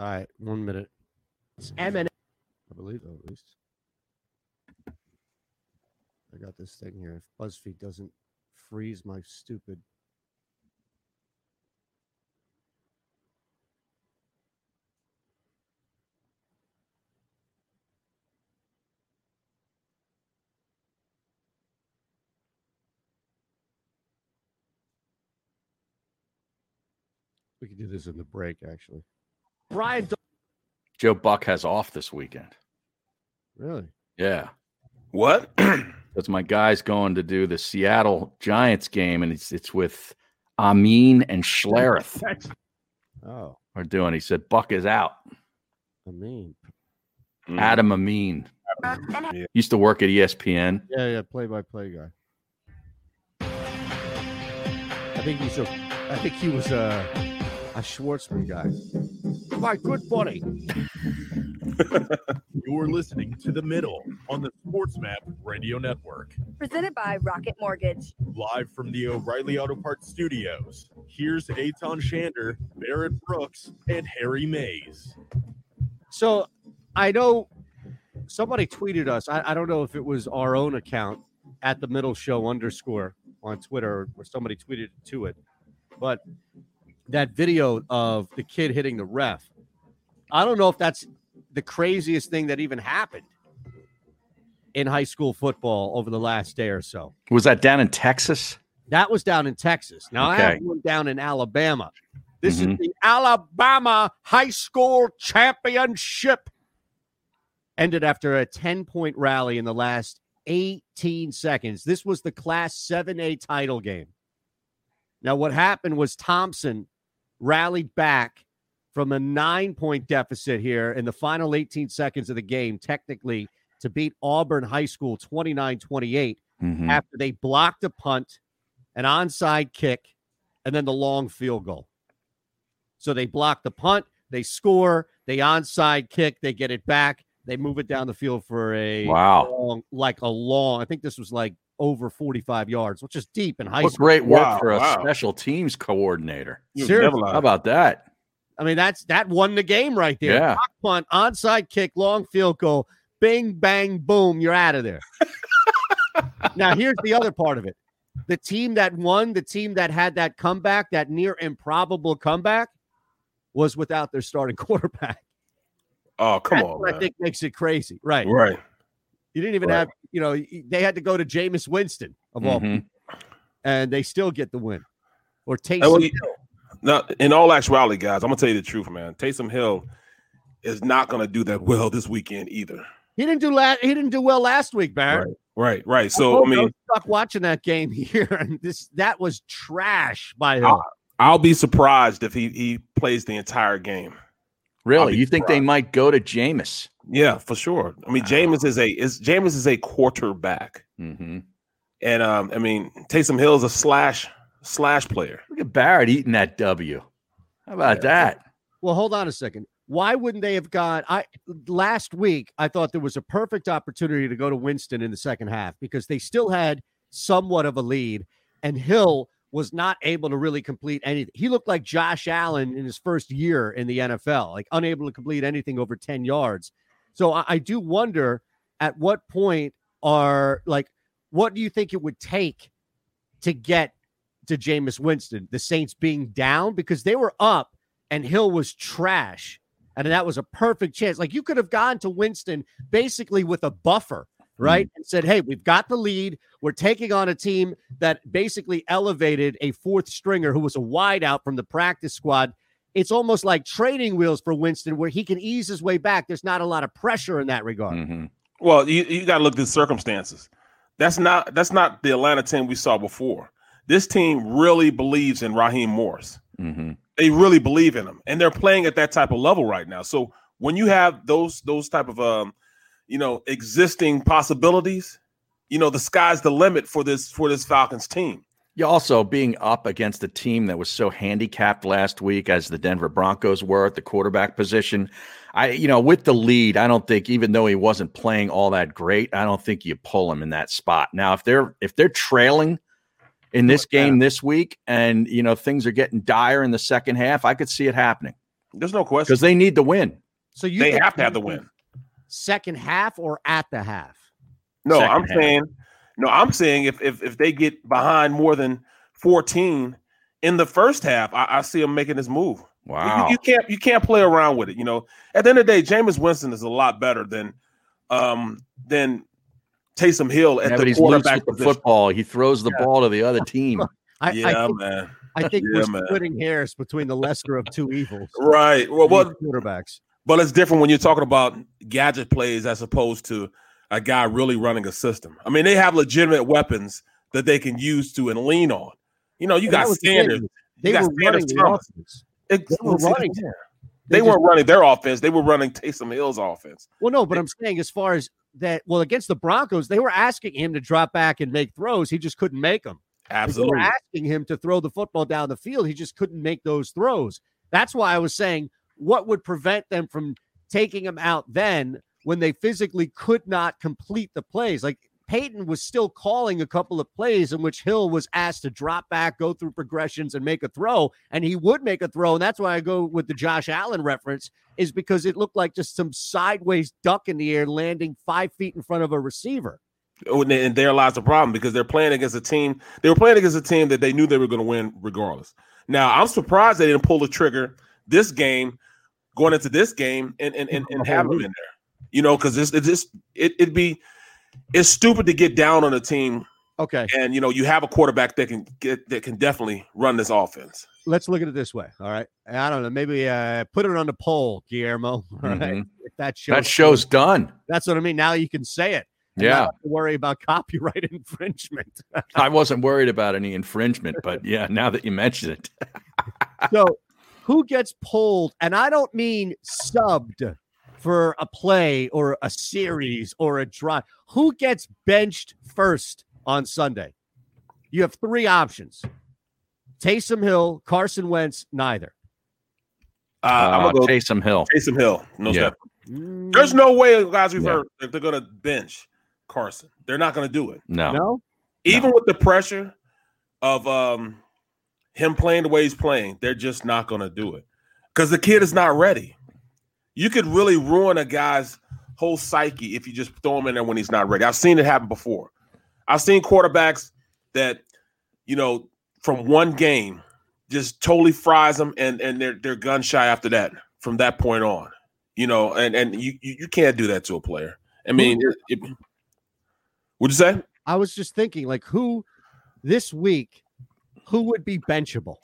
[SPEAKER 1] All right, one minute. It's M and I believe though, at least. I got this thing here. If BuzzFeed doesn't freeze my stupid. We could do this in the break, actually. Brian, Dol-
[SPEAKER 3] Joe Buck has off this weekend.
[SPEAKER 1] really?
[SPEAKER 3] Yeah,
[SPEAKER 2] What? Mm.
[SPEAKER 3] that's my guy's going to do the Seattle Giants game, and it's it's with Amin and Schlereth
[SPEAKER 1] Oh,
[SPEAKER 3] are doing. He said Buck is out.
[SPEAKER 1] I mean,
[SPEAKER 2] Mm.
[SPEAKER 3] Adam Amin used to work at E ESPN.
[SPEAKER 1] yeah, yeah, play-by-play guy. I think he's a, I think he was a, a Schwartzman guy. My good buddy.
[SPEAKER 6] You're listening to The Middle on the Sports Map Radio Network.
[SPEAKER 4] Presented by Rocket Mortgage.
[SPEAKER 6] Live from the O'Reilly Auto Parts Studios, here's Aton Shander, Barrett Brooks, and Harry Mays.
[SPEAKER 1] So I know somebody tweeted us. I, I don't know if it was our own account at the middle show underscore on Twitter or somebody tweeted to it, but that video of the kid hitting the ref. I don't know if that's the craziest thing that even happened in high school football over the last day or so.
[SPEAKER 3] Was that down in Texas?
[SPEAKER 1] That was down in Texas. Now I have
[SPEAKER 3] Okay.
[SPEAKER 1] one down in Alabama. This
[SPEAKER 3] Mhm.
[SPEAKER 1] is the Alabama High School Championship. Ended after a 10 point rally in the last 18 seconds. This was the Class 7A title game. Now, what happened was Thompson rallied back from a nine point deficit here in the final 18 seconds of the game, technically, to beat Auburn High School 29 28
[SPEAKER 3] Mhm.
[SPEAKER 1] after they blocked a punt, an onside kick, and then the long field goal. So they block the punt, they score, they onside kick, they get it back, they move it down the field for a
[SPEAKER 3] Wow.
[SPEAKER 1] long, like a long. I think this was like over 45 yards, which is deep in high
[SPEAKER 3] What
[SPEAKER 1] school. Uh,
[SPEAKER 3] great work for a special teams coordinator.
[SPEAKER 1] Seriously.
[SPEAKER 3] How about that?
[SPEAKER 1] I mean, that's that won the game right there.
[SPEAKER 3] Yeah.
[SPEAKER 1] Block punt, onside kick, long field goal, bing, bang, boom, you're out of there. now, here's the other part of it the team that won, the team that had that comeback, that near improbable comeback, was without their starting quarterback.
[SPEAKER 2] Oh, come
[SPEAKER 1] That's
[SPEAKER 2] on,
[SPEAKER 1] what I
[SPEAKER 2] man.
[SPEAKER 1] think makes it crazy. Right.
[SPEAKER 2] Right.
[SPEAKER 1] You didn't even
[SPEAKER 2] Right. Mm-hmm.
[SPEAKER 1] have, you know, they had to go to Jameis Winston of all
[SPEAKER 3] Mhm.
[SPEAKER 1] people, and they still get the win. Or Taysom.
[SPEAKER 2] And when you-
[SPEAKER 1] Hill.
[SPEAKER 2] Now, in all actuality, guys, I'm gonna tell you the truth, man. Taysom Hill is not gonna do that well this weekend either.
[SPEAKER 1] He didn't do la- he didn't do well last week, Barrett.
[SPEAKER 2] Right, right. So I
[SPEAKER 1] was
[SPEAKER 2] mean,
[SPEAKER 1] stuck watching that game here, and this that was trash by him.
[SPEAKER 2] I'll, I'll be surprised if he he plays the entire game.
[SPEAKER 3] Really? You think they might go to Jameis?
[SPEAKER 2] Yeah, for sure. I mean, Jameis is a is Jameis is a quarterback,
[SPEAKER 3] Mhm.
[SPEAKER 2] and um, I mean, Taysom Hill is a slash slash player.
[SPEAKER 3] Look at Barrett eating that W. How about that?
[SPEAKER 1] Well, hold on a second. Why wouldn't they have gone? I last week I thought there was a perfect opportunity to go to Winston in the second half because they still had somewhat of a lead, and Hill was not able to really complete anything. He looked like Josh Allen in his first year in the NFL, like unable to complete anything over 10 yards. So I, I do wonder at what point are like what do you think it would take to get to Jameis Winston, the Saints being down because they were up and Hill was trash. And that was a perfect chance. Like you could have gone to Winston basically with a buffer, right? And said, hey, we've got the lead. We're taking on a team that basically elevated a fourth stringer who was a wideout from the practice squad. It's almost like training wheels for Winston where he can ease his way back. There's not a lot of pressure in that regard.
[SPEAKER 2] Well, you, you got to look at the circumstances. That's not that's not the Atlanta team we saw before. This team really believes in Raheem Morris.
[SPEAKER 3] Mm-hmm.
[SPEAKER 2] They really believe in him, and they're playing at that type of level right now. So when you have those those type of um, you know, existing possibilities, you know, the sky's the limit for this for this Falcons team.
[SPEAKER 3] You also being up against a team that was so handicapped last week as the Denver Broncos were at the quarterback position. I, you know, with the lead, I don't think even though he wasn't playing all that great, I don't think you pull him in that spot. Now, if they're if they're trailing in this game this week and you know things are getting dire in the second half, I could see it happening.
[SPEAKER 2] There's no question.
[SPEAKER 3] Because they need to win.
[SPEAKER 1] So you
[SPEAKER 2] They
[SPEAKER 1] think
[SPEAKER 2] have to have the win.
[SPEAKER 1] Second half or at the half?
[SPEAKER 2] No,
[SPEAKER 3] Second
[SPEAKER 2] I'm
[SPEAKER 3] half.
[SPEAKER 2] saying no, I'm saying if if if they get behind more than 14 in the first half, I, I see them making this move. You-
[SPEAKER 3] Wow.
[SPEAKER 2] You, you can't you can't play around with it. You know, at the end of the day, Jameis Winston is a lot better than um than Taysom Hill at
[SPEAKER 3] Yeah, but
[SPEAKER 2] the
[SPEAKER 3] he's loose
[SPEAKER 2] quarterback
[SPEAKER 3] with the
[SPEAKER 2] position.
[SPEAKER 3] football. He throws the ball to the other team.
[SPEAKER 1] I,
[SPEAKER 2] Yeah,
[SPEAKER 1] I think,
[SPEAKER 2] man.
[SPEAKER 1] I think
[SPEAKER 2] Yeah,
[SPEAKER 1] we're
[SPEAKER 2] man.
[SPEAKER 1] splitting hairs between the lesser of two evils.
[SPEAKER 2] Right. Well,
[SPEAKER 1] These
[SPEAKER 2] well,
[SPEAKER 1] quarterbacks.
[SPEAKER 2] but it's different when you're talking about gadget plays as opposed to a guy really running a system. I mean, they have legitimate weapons that they can use to and lean on. You know, you
[SPEAKER 1] And that
[SPEAKER 2] got
[SPEAKER 1] was the thing.
[SPEAKER 2] Sanders.
[SPEAKER 1] They
[SPEAKER 2] you got
[SPEAKER 1] were running
[SPEAKER 2] Sanders
[SPEAKER 1] the
[SPEAKER 2] Thomas.
[SPEAKER 1] offense.
[SPEAKER 2] Ex-
[SPEAKER 1] They were running.
[SPEAKER 2] They,
[SPEAKER 1] They
[SPEAKER 2] weren't
[SPEAKER 1] just-
[SPEAKER 2] running their offense. They were running Taysom Hill's offense.
[SPEAKER 1] Well, no, but I'm saying as far as that, well, against the Broncos, they were asking him to drop back and make throws. He just couldn't make them.
[SPEAKER 2] Absolutely.
[SPEAKER 1] They were asking him to throw the football down the field. He just couldn't make those throws. That's why I was saying what would prevent them from taking him out then when they physically could not complete the plays? Like Peyton was still calling a couple of plays in which Hill was asked to drop back, go through progressions, and make a throw. And he would make a throw. And that's why I go with the Josh Allen reference, is because it looked like just some sideways duck in the air landing five feet in front of a receiver.
[SPEAKER 2] Oh, and, and there lies the problem because they're playing against a team. They were playing against a team that they knew they were going to win regardless. Now I'm surprised they didn't pull the trigger this game, going into this game, and and and, and have him in there. You know, because it's it's just it, it'd be it's stupid to get down on a team.
[SPEAKER 1] Okay.
[SPEAKER 2] And you know you have a quarterback that can get that can definitely run this offense.
[SPEAKER 1] Let's look at it this way. All right. And I don't know. Maybe uh, put it on the poll, Guillermo. All right?
[SPEAKER 3] Mhm.
[SPEAKER 1] If that shows
[SPEAKER 3] That show's done.
[SPEAKER 1] That's what I mean. Now you can say it. and
[SPEAKER 3] Yeah.
[SPEAKER 1] not have to worry about copyright infringement.
[SPEAKER 3] I wasn't worried about any infringement, but yeah, now that you mention it,
[SPEAKER 1] so who gets pulled and i don't mean subbed for a play or a series or a drive who gets benched first on sunday you have three options Taysom Hill, Carson Wentz, neither.
[SPEAKER 2] Uh, I'm gonna go
[SPEAKER 3] Taysom Hill.
[SPEAKER 2] Taysom Hill. No
[SPEAKER 3] Yeah.
[SPEAKER 2] step. There's no way, guys. We've heard that they're gonna bench Carson. They're not gonna do it.
[SPEAKER 3] No.
[SPEAKER 1] Mm, No?
[SPEAKER 2] Even with the pressure of um him playing the way he's playing, they're just not gonna do it because the kid is not ready. You could really ruin a guy's whole psyche if you just throw him in there when he's not ready. I've seen it happen before. I've seen quarterbacks that you know from one game just totally fries them and and they're they're gun shy after that from that point on you know and and you you, you can't do that to a player i mean it, it- what'd you say
[SPEAKER 1] I was just thinking, like, who this week, who would be benchable?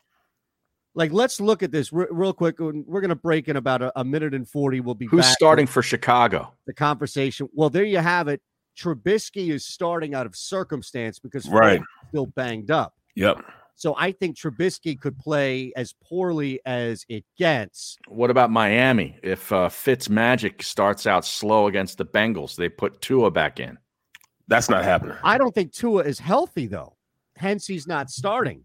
[SPEAKER 1] Like, let's look at this re- real quick. and We're going to break in about a, a minute and 40. We'll be
[SPEAKER 3] who's
[SPEAKER 1] back.
[SPEAKER 3] starting for Chicago?
[SPEAKER 1] the conversation. Well, there you have it. Trubisky is starting out of circumstance because
[SPEAKER 2] Right.
[SPEAKER 1] Foles is still banged up.
[SPEAKER 2] yep
[SPEAKER 1] So I think Trubisky could play as poorly as it gets.
[SPEAKER 3] What about Miami? If uh, Fitz Magic starts out slow against the Bengals, they put Tua back in.
[SPEAKER 2] that's not happening
[SPEAKER 1] I don't think Tua is healthy though. Hence he's not starting.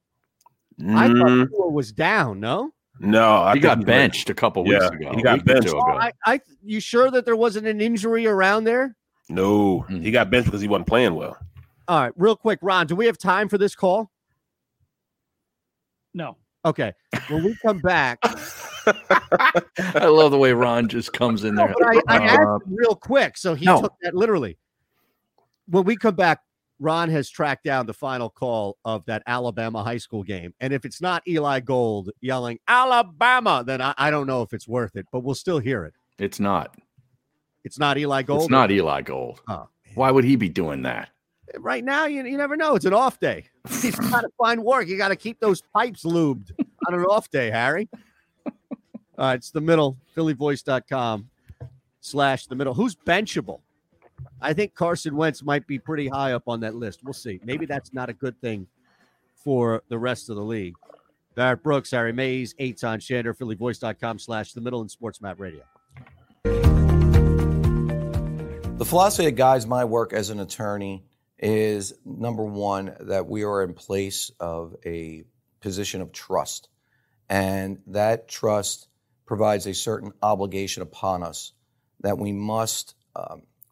[SPEAKER 1] I
[SPEAKER 2] Mm,
[SPEAKER 3] Mm-hmm.
[SPEAKER 1] thought Tua was down, no?
[SPEAKER 2] no i
[SPEAKER 3] he
[SPEAKER 2] think
[SPEAKER 3] got
[SPEAKER 2] he's ready.
[SPEAKER 3] benched a couple weeks
[SPEAKER 2] Yeah,
[SPEAKER 3] ago.
[SPEAKER 2] he
[SPEAKER 3] a
[SPEAKER 2] got
[SPEAKER 3] week or two
[SPEAKER 2] benched.
[SPEAKER 3] ago.
[SPEAKER 1] Oh, I, I you sure that there wasn't an injury around there?
[SPEAKER 2] no
[SPEAKER 3] Mm.
[SPEAKER 2] he got benched because he wasn't playing well
[SPEAKER 1] All right, real quick, Ron, do we have time for this call?
[SPEAKER 8] No.
[SPEAKER 1] Okay. When we come back,
[SPEAKER 3] I love the way Ron just comes in there.
[SPEAKER 1] but I, I
[SPEAKER 3] Uh,
[SPEAKER 1] asked him real quick, so he
[SPEAKER 3] No.
[SPEAKER 1] took that literally. When we come back, Ron has tracked down the final call of that Alabama high school game, and if it's not Eli Gold yelling "Alabama," then I, I don't know if it's worth it, but we'll still hear it.
[SPEAKER 3] it's not.
[SPEAKER 1] It's not Eli Gold.
[SPEAKER 3] It's not Eli Gold.
[SPEAKER 1] Oh,
[SPEAKER 3] Why would he be doing that?
[SPEAKER 1] Right now, you, you never know. It's an off day. He's got to find work. You got to keep those pipes lubed on an off day, Harry. All right, it's the middle, phillyvoice.com slash the middle. Who's benchable? I think Carson Wentz might be pretty high up on that list. We'll see. Maybe that's not a good thing for the rest of the league. Barrett Brooks, Harry Mays, Eitan Shander, phillyvoice.com slash the middle and sports map radio.
[SPEAKER 7] The philosophy that guides my work as an attorney is number one, that we are in place of a position of trust. And that trust provides a certain obligation upon us that we must um,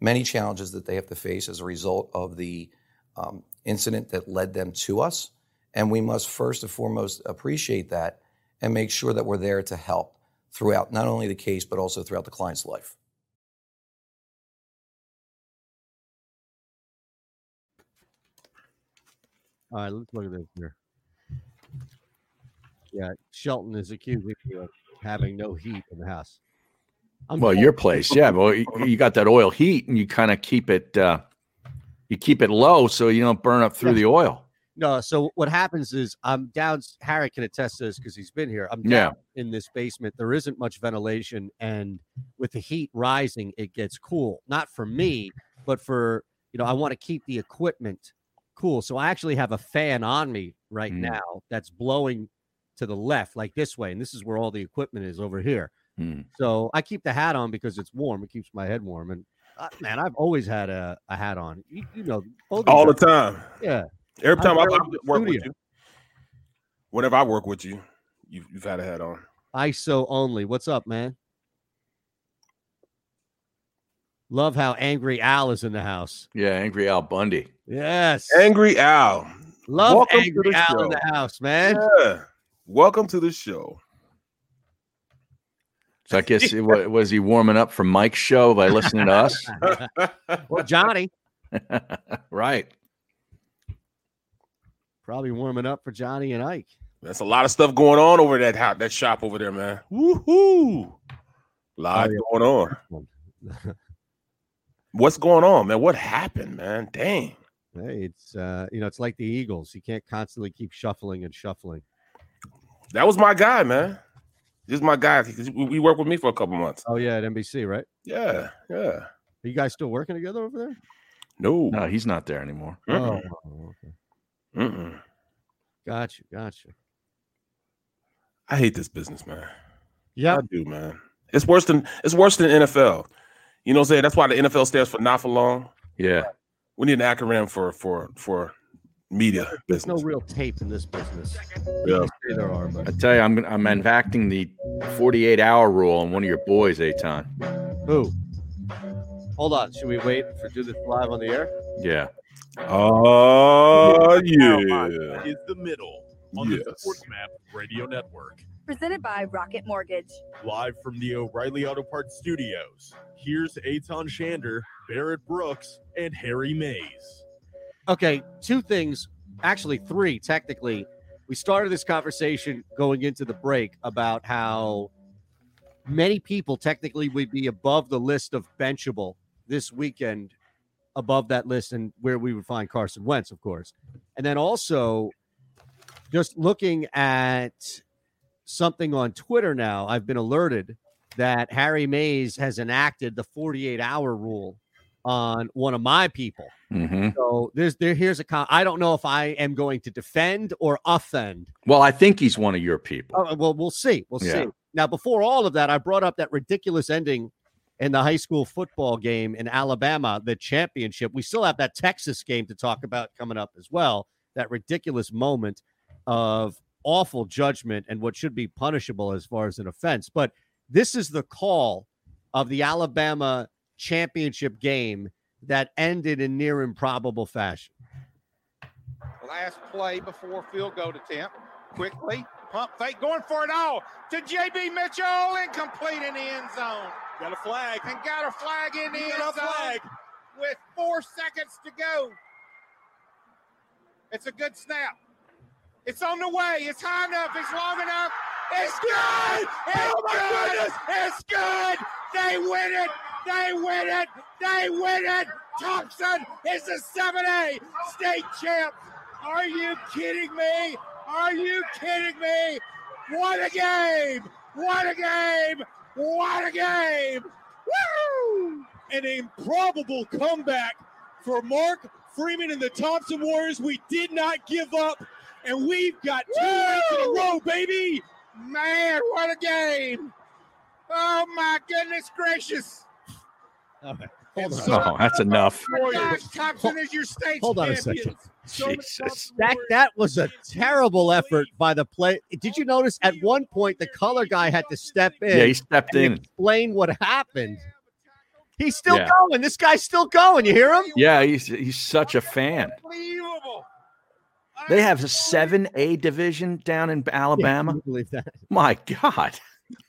[SPEAKER 7] many challenges that they have to face as a result of the um, incident that led them to us. And we must first and foremost appreciate that and make sure that we're there to help throughout not only the case, but also throughout the client's life.
[SPEAKER 1] All right, let's look at this here. Yeah, Shelton is accusing you of having no heat in the house. I'm
[SPEAKER 3] well,
[SPEAKER 1] cold.
[SPEAKER 3] your place, yeah. Well, you, you got that oil heat, and you kind of keep it. Uh, you keep it low so you don't burn up through the oil.
[SPEAKER 1] No, so what happens is I'm down. Harry can attest to this because he's been here. I'm
[SPEAKER 3] Yeah.
[SPEAKER 1] down in this basement. There isn't much ventilation, and with the heat rising, it gets cool. Not for me, but for you know, I want to keep the equipment cool. So I actually have a fan on me right
[SPEAKER 3] Mm.
[SPEAKER 1] now that's blowing to the left, like this way, and this is where all the equipment is over here.
[SPEAKER 2] Mm.
[SPEAKER 3] Hmm.
[SPEAKER 1] So I keep the hat on because it's warm. It keeps my head warm. And uh, man, I've always had a, a hat on. You, you know, both of
[SPEAKER 2] all the
[SPEAKER 1] you-
[SPEAKER 2] time
[SPEAKER 1] Yeah.
[SPEAKER 2] every
[SPEAKER 1] I
[SPEAKER 2] time i,
[SPEAKER 1] wear
[SPEAKER 2] I
[SPEAKER 1] it in the
[SPEAKER 2] work with
[SPEAKER 1] studio.
[SPEAKER 2] you whenever i work with you you've, you've had a hat on
[SPEAKER 1] ISO only. What's up, man? Love how angry Al is in the house.
[SPEAKER 3] Yeah, Angry Al Bundy.
[SPEAKER 1] Yes.
[SPEAKER 2] Angry Al.
[SPEAKER 1] Love
[SPEAKER 2] Welcome to
[SPEAKER 1] angry
[SPEAKER 2] the
[SPEAKER 1] Al
[SPEAKER 2] show.
[SPEAKER 1] in the house, man.
[SPEAKER 2] Yeah. Welcome to the show.
[SPEAKER 3] So I guess it, wa- was he warming up for Mike's show by listening to us?
[SPEAKER 1] Well, Johnny
[SPEAKER 3] right.
[SPEAKER 1] probably warming up for Johnny and Ike.
[SPEAKER 2] That's a lot of stuff going on over that hou- that shop over there, man. Woohoo! Lot
[SPEAKER 1] Oh, yeah.
[SPEAKER 2] going on. What's going on, man? What happened, man? Dang.
[SPEAKER 1] Hey, it's uh, you know, it's like the Eagles. You can't constantly keep shuffling and shuffling.
[SPEAKER 2] That was my guy, man. This is my guy. He- we- We worked with me for a couple months.
[SPEAKER 1] Oh yeah, at NBC, right?
[SPEAKER 2] Yeah, yeah.
[SPEAKER 1] Are you guys still working together over there?
[SPEAKER 2] No.
[SPEAKER 3] No, he's not there anymore.
[SPEAKER 2] Mm-mm.
[SPEAKER 1] Oh, okay.
[SPEAKER 2] Mm-mm.
[SPEAKER 1] Got you, got you.
[SPEAKER 2] I hate this business, man.
[SPEAKER 1] Yeah,
[SPEAKER 2] I do, man. It's worse than it's worse than NFL. You know what I'm saying? That's why the NFL stands for not for long.
[SPEAKER 3] Yeah.
[SPEAKER 2] We need an acronym for for for media
[SPEAKER 1] there's no
[SPEAKER 2] business.
[SPEAKER 1] real tape in this business.
[SPEAKER 2] Yeah.
[SPEAKER 1] You say there are, but
[SPEAKER 3] I tell you, I'm gonna- I'm enacting the 48 hour rule on one of your boys, Aton.
[SPEAKER 1] who? Hold on, should we wait for do this live on the air?
[SPEAKER 3] Yeah.
[SPEAKER 2] Oh yeah.
[SPEAKER 6] Paramount is the middle on the
[SPEAKER 2] Yes.
[SPEAKER 6] Sports Map Radio Network.
[SPEAKER 4] Presented by Rocket Mortgage.
[SPEAKER 6] Live from the O'Reilly Auto Parts Studios, here's Aton Shander, Barrett Brooks, and Harry Mays.
[SPEAKER 1] Okay, two things, actually three technically. We started this conversation going into the break about how many people technically would be above the list of benchable this weekend, above that list, and where we would find Carson Wentz, of course. And then also just looking at something on Twitter now, I've been alerted that Harry Mays has enacted the 48 hour rule on one of my people.
[SPEAKER 3] hmm
[SPEAKER 1] So there's there here's a con- I don't know if I am going to defend or offend.
[SPEAKER 3] Well, I think he's one of your people.
[SPEAKER 1] Uh, well, we'll see. We'll
[SPEAKER 3] Yeah.
[SPEAKER 1] see. Now, before all of that, I brought up that ridiculous ending in the high school football game in Alabama, the championship. We still have that Texas game to talk about coming up as well. That ridiculous moment of awful judgment and what should be punishable as far as an offense. But this is the call of the Alabama championship game that ended in near improbable fashion.
[SPEAKER 8] Last play before field goal attempt. Quickly, pump fake, going for it all to JB Mitchell, incomplete in the end zone.
[SPEAKER 6] Got a flag.
[SPEAKER 8] And got a flag in the
[SPEAKER 6] We
[SPEAKER 8] end
[SPEAKER 6] got a
[SPEAKER 8] zone
[SPEAKER 6] flag.
[SPEAKER 8] with four seconds to go. It's a good snap. It's on the way. It's high enough. It's long enough. It's, good. It's
[SPEAKER 6] Oh, my
[SPEAKER 8] good.
[SPEAKER 6] goodness.
[SPEAKER 8] It's good. They win it. They win it. They win it. Thompson is the 7A state champ. Are you kidding me? Are you kidding me? What a game! What a game! What a game! Woo!
[SPEAKER 6] An improbable comeback for Mark Freeman and the Thompson Warriors. We did not give up, and we've got two wins in a row, baby.
[SPEAKER 8] Man, what a game! Oh my goodness gracious!
[SPEAKER 1] All right.
[SPEAKER 8] Hold on.
[SPEAKER 3] Oh, that's enough.
[SPEAKER 8] Josh Thompson is your state
[SPEAKER 1] Hold on a
[SPEAKER 8] champion.
[SPEAKER 1] second.
[SPEAKER 8] So many
[SPEAKER 3] Jesus.
[SPEAKER 8] Thompson
[SPEAKER 1] That
[SPEAKER 8] Warriors.
[SPEAKER 1] that was a terrible effort by the play. Did you notice at one point the color guy had to step in
[SPEAKER 3] Yeah, he stepped
[SPEAKER 1] and
[SPEAKER 3] in.
[SPEAKER 1] explain what happened? He's still
[SPEAKER 3] Yeah.
[SPEAKER 1] going. This guy's still going. You hear him?
[SPEAKER 3] Yeah, he's he's such a fan.
[SPEAKER 8] Unbelievable.
[SPEAKER 3] They have a seven A division down in
[SPEAKER 1] Yeah,
[SPEAKER 3] Alabama.
[SPEAKER 1] can you believe that.
[SPEAKER 3] My God.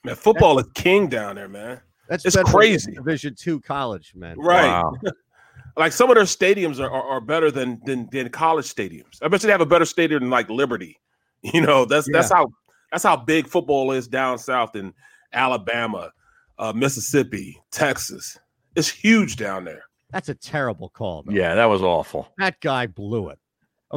[SPEAKER 2] Man, football is king down there, man.
[SPEAKER 1] That's
[SPEAKER 2] It's
[SPEAKER 1] better than
[SPEAKER 2] crazy.
[SPEAKER 1] Division two college, man.
[SPEAKER 2] Right.
[SPEAKER 3] Wow.
[SPEAKER 2] Like some of their stadiums are, are, are better than, than than college stadiums. I bet you they have a better stadium than like Liberty. You know, that's that's how that's how big football is down south in Alabama, uh, Mississippi, Texas. It's huge down there.
[SPEAKER 1] That's a terrible call. Man.
[SPEAKER 3] Yeah, that was awful.
[SPEAKER 1] That guy blew it.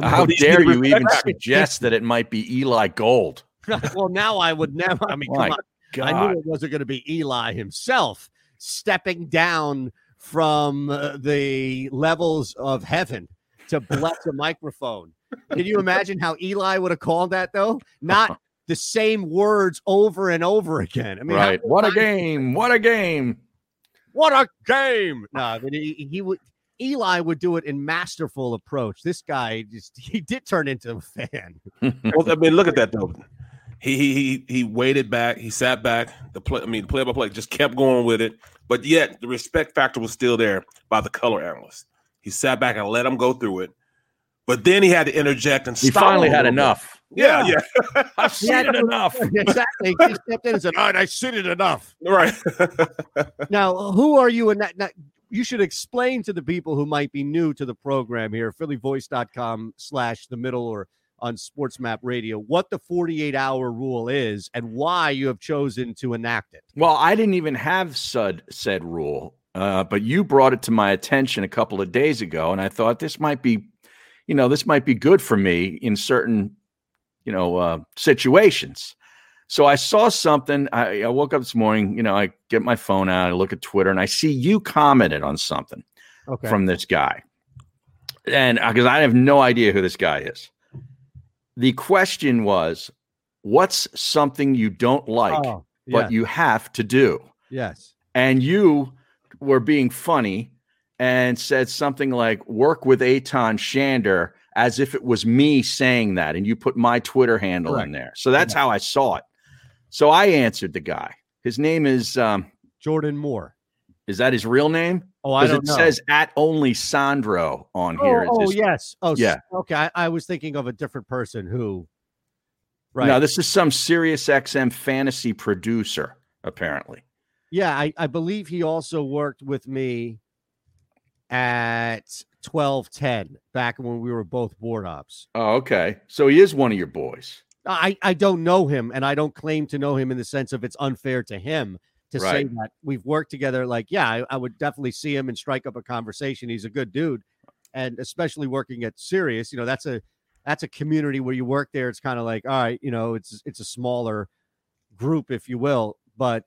[SPEAKER 3] How
[SPEAKER 2] these
[SPEAKER 3] dare you even
[SPEAKER 2] respect-
[SPEAKER 3] suggest that it might be Eli Gold?
[SPEAKER 1] well, now I would never. I mean, come
[SPEAKER 3] My
[SPEAKER 1] on. I
[SPEAKER 3] God.
[SPEAKER 1] knew it wasn't going to be Eli himself stepping down from uh, the levels of heaven to bless a microphone. Can you imagine how Eli would have called that though? Not the same words over and over again. I mean, how
[SPEAKER 3] right. What a
[SPEAKER 1] many times-
[SPEAKER 3] game. What a game.
[SPEAKER 1] What a game! No, I mean, he, he would. Eli would do it in masterful approach. This guy just he did turn into a fan.
[SPEAKER 3] Mm-hmm.
[SPEAKER 2] Well, I mean, look at that though. He he he he waited back. He sat back. The play, I mean, play by play just kept going with it. But yet the respect factor was still there by the color analyst. He sat back and let him go through it. But then he had to interject and
[SPEAKER 3] He
[SPEAKER 2] stop
[SPEAKER 3] finally
[SPEAKER 2] him a
[SPEAKER 3] had
[SPEAKER 2] little bit.
[SPEAKER 3] enough.
[SPEAKER 2] Yeah, yeah.
[SPEAKER 3] I've
[SPEAKER 1] seen it
[SPEAKER 3] enough.
[SPEAKER 1] Exactly. He stepped in and said, "All right, I've seen it enough."
[SPEAKER 2] Right.
[SPEAKER 1] now, who are you? And that, that- you should explain to the people who might be new to the program here, phillyvoice.com slash the middle or on Sports Map Radio, what the 48 hour rule is and why you have chosen to enact it.
[SPEAKER 3] Well, I didn't even have said said rule, uh, but you brought it to my attention a couple of days ago, and I thought this might be, you know, this might be good for me in certain, you know, uh, situations. So I saw something. I, I woke up this morning. You know, I get my phone out. I look at Twitter, and I see you commented on something
[SPEAKER 1] Okay.
[SPEAKER 3] from this guy, and because I have no idea who this guy is. The question was, what's something you don't like,
[SPEAKER 1] Oh, yeah.
[SPEAKER 3] but you have to do?
[SPEAKER 1] Yes.
[SPEAKER 3] and you were being funny and said something like work with Aton Shander as if it was me saying that and you put my Twitter handle
[SPEAKER 1] Correct.
[SPEAKER 3] in there. So that's how I saw it. So I answered the guy. His name is um
[SPEAKER 1] Jordan Moore.
[SPEAKER 3] Is that his real name?
[SPEAKER 1] Oh, I
[SPEAKER 3] 'Cause
[SPEAKER 1] don't
[SPEAKER 3] it
[SPEAKER 1] know.
[SPEAKER 3] says at only Sandro on
[SPEAKER 1] Oh,
[SPEAKER 3] here. It's
[SPEAKER 1] oh,
[SPEAKER 3] his-
[SPEAKER 1] yes. Oh,
[SPEAKER 3] yeah.
[SPEAKER 1] yeah. Okay. I, I was thinking of a different person who. Right.
[SPEAKER 3] No, this is some Sirius XM fantasy producer, apparently.
[SPEAKER 1] Yeah, I, I believe he also worked with me at 1210 back when we were both board ops.
[SPEAKER 3] Oh, okay. So he is one of your boys.
[SPEAKER 1] I, I don't know him and I don't claim to know him in the sense of it's unfair to him to say
[SPEAKER 3] Right.
[SPEAKER 1] that we've worked together. Like, yeah, I, I would definitely see him and strike up a conversation. He's a good dude. And especially working at Sirius, you know, that's a that's a community where you work there. It's kind of like, all right, you know, it's it's a smaller group, if you will. But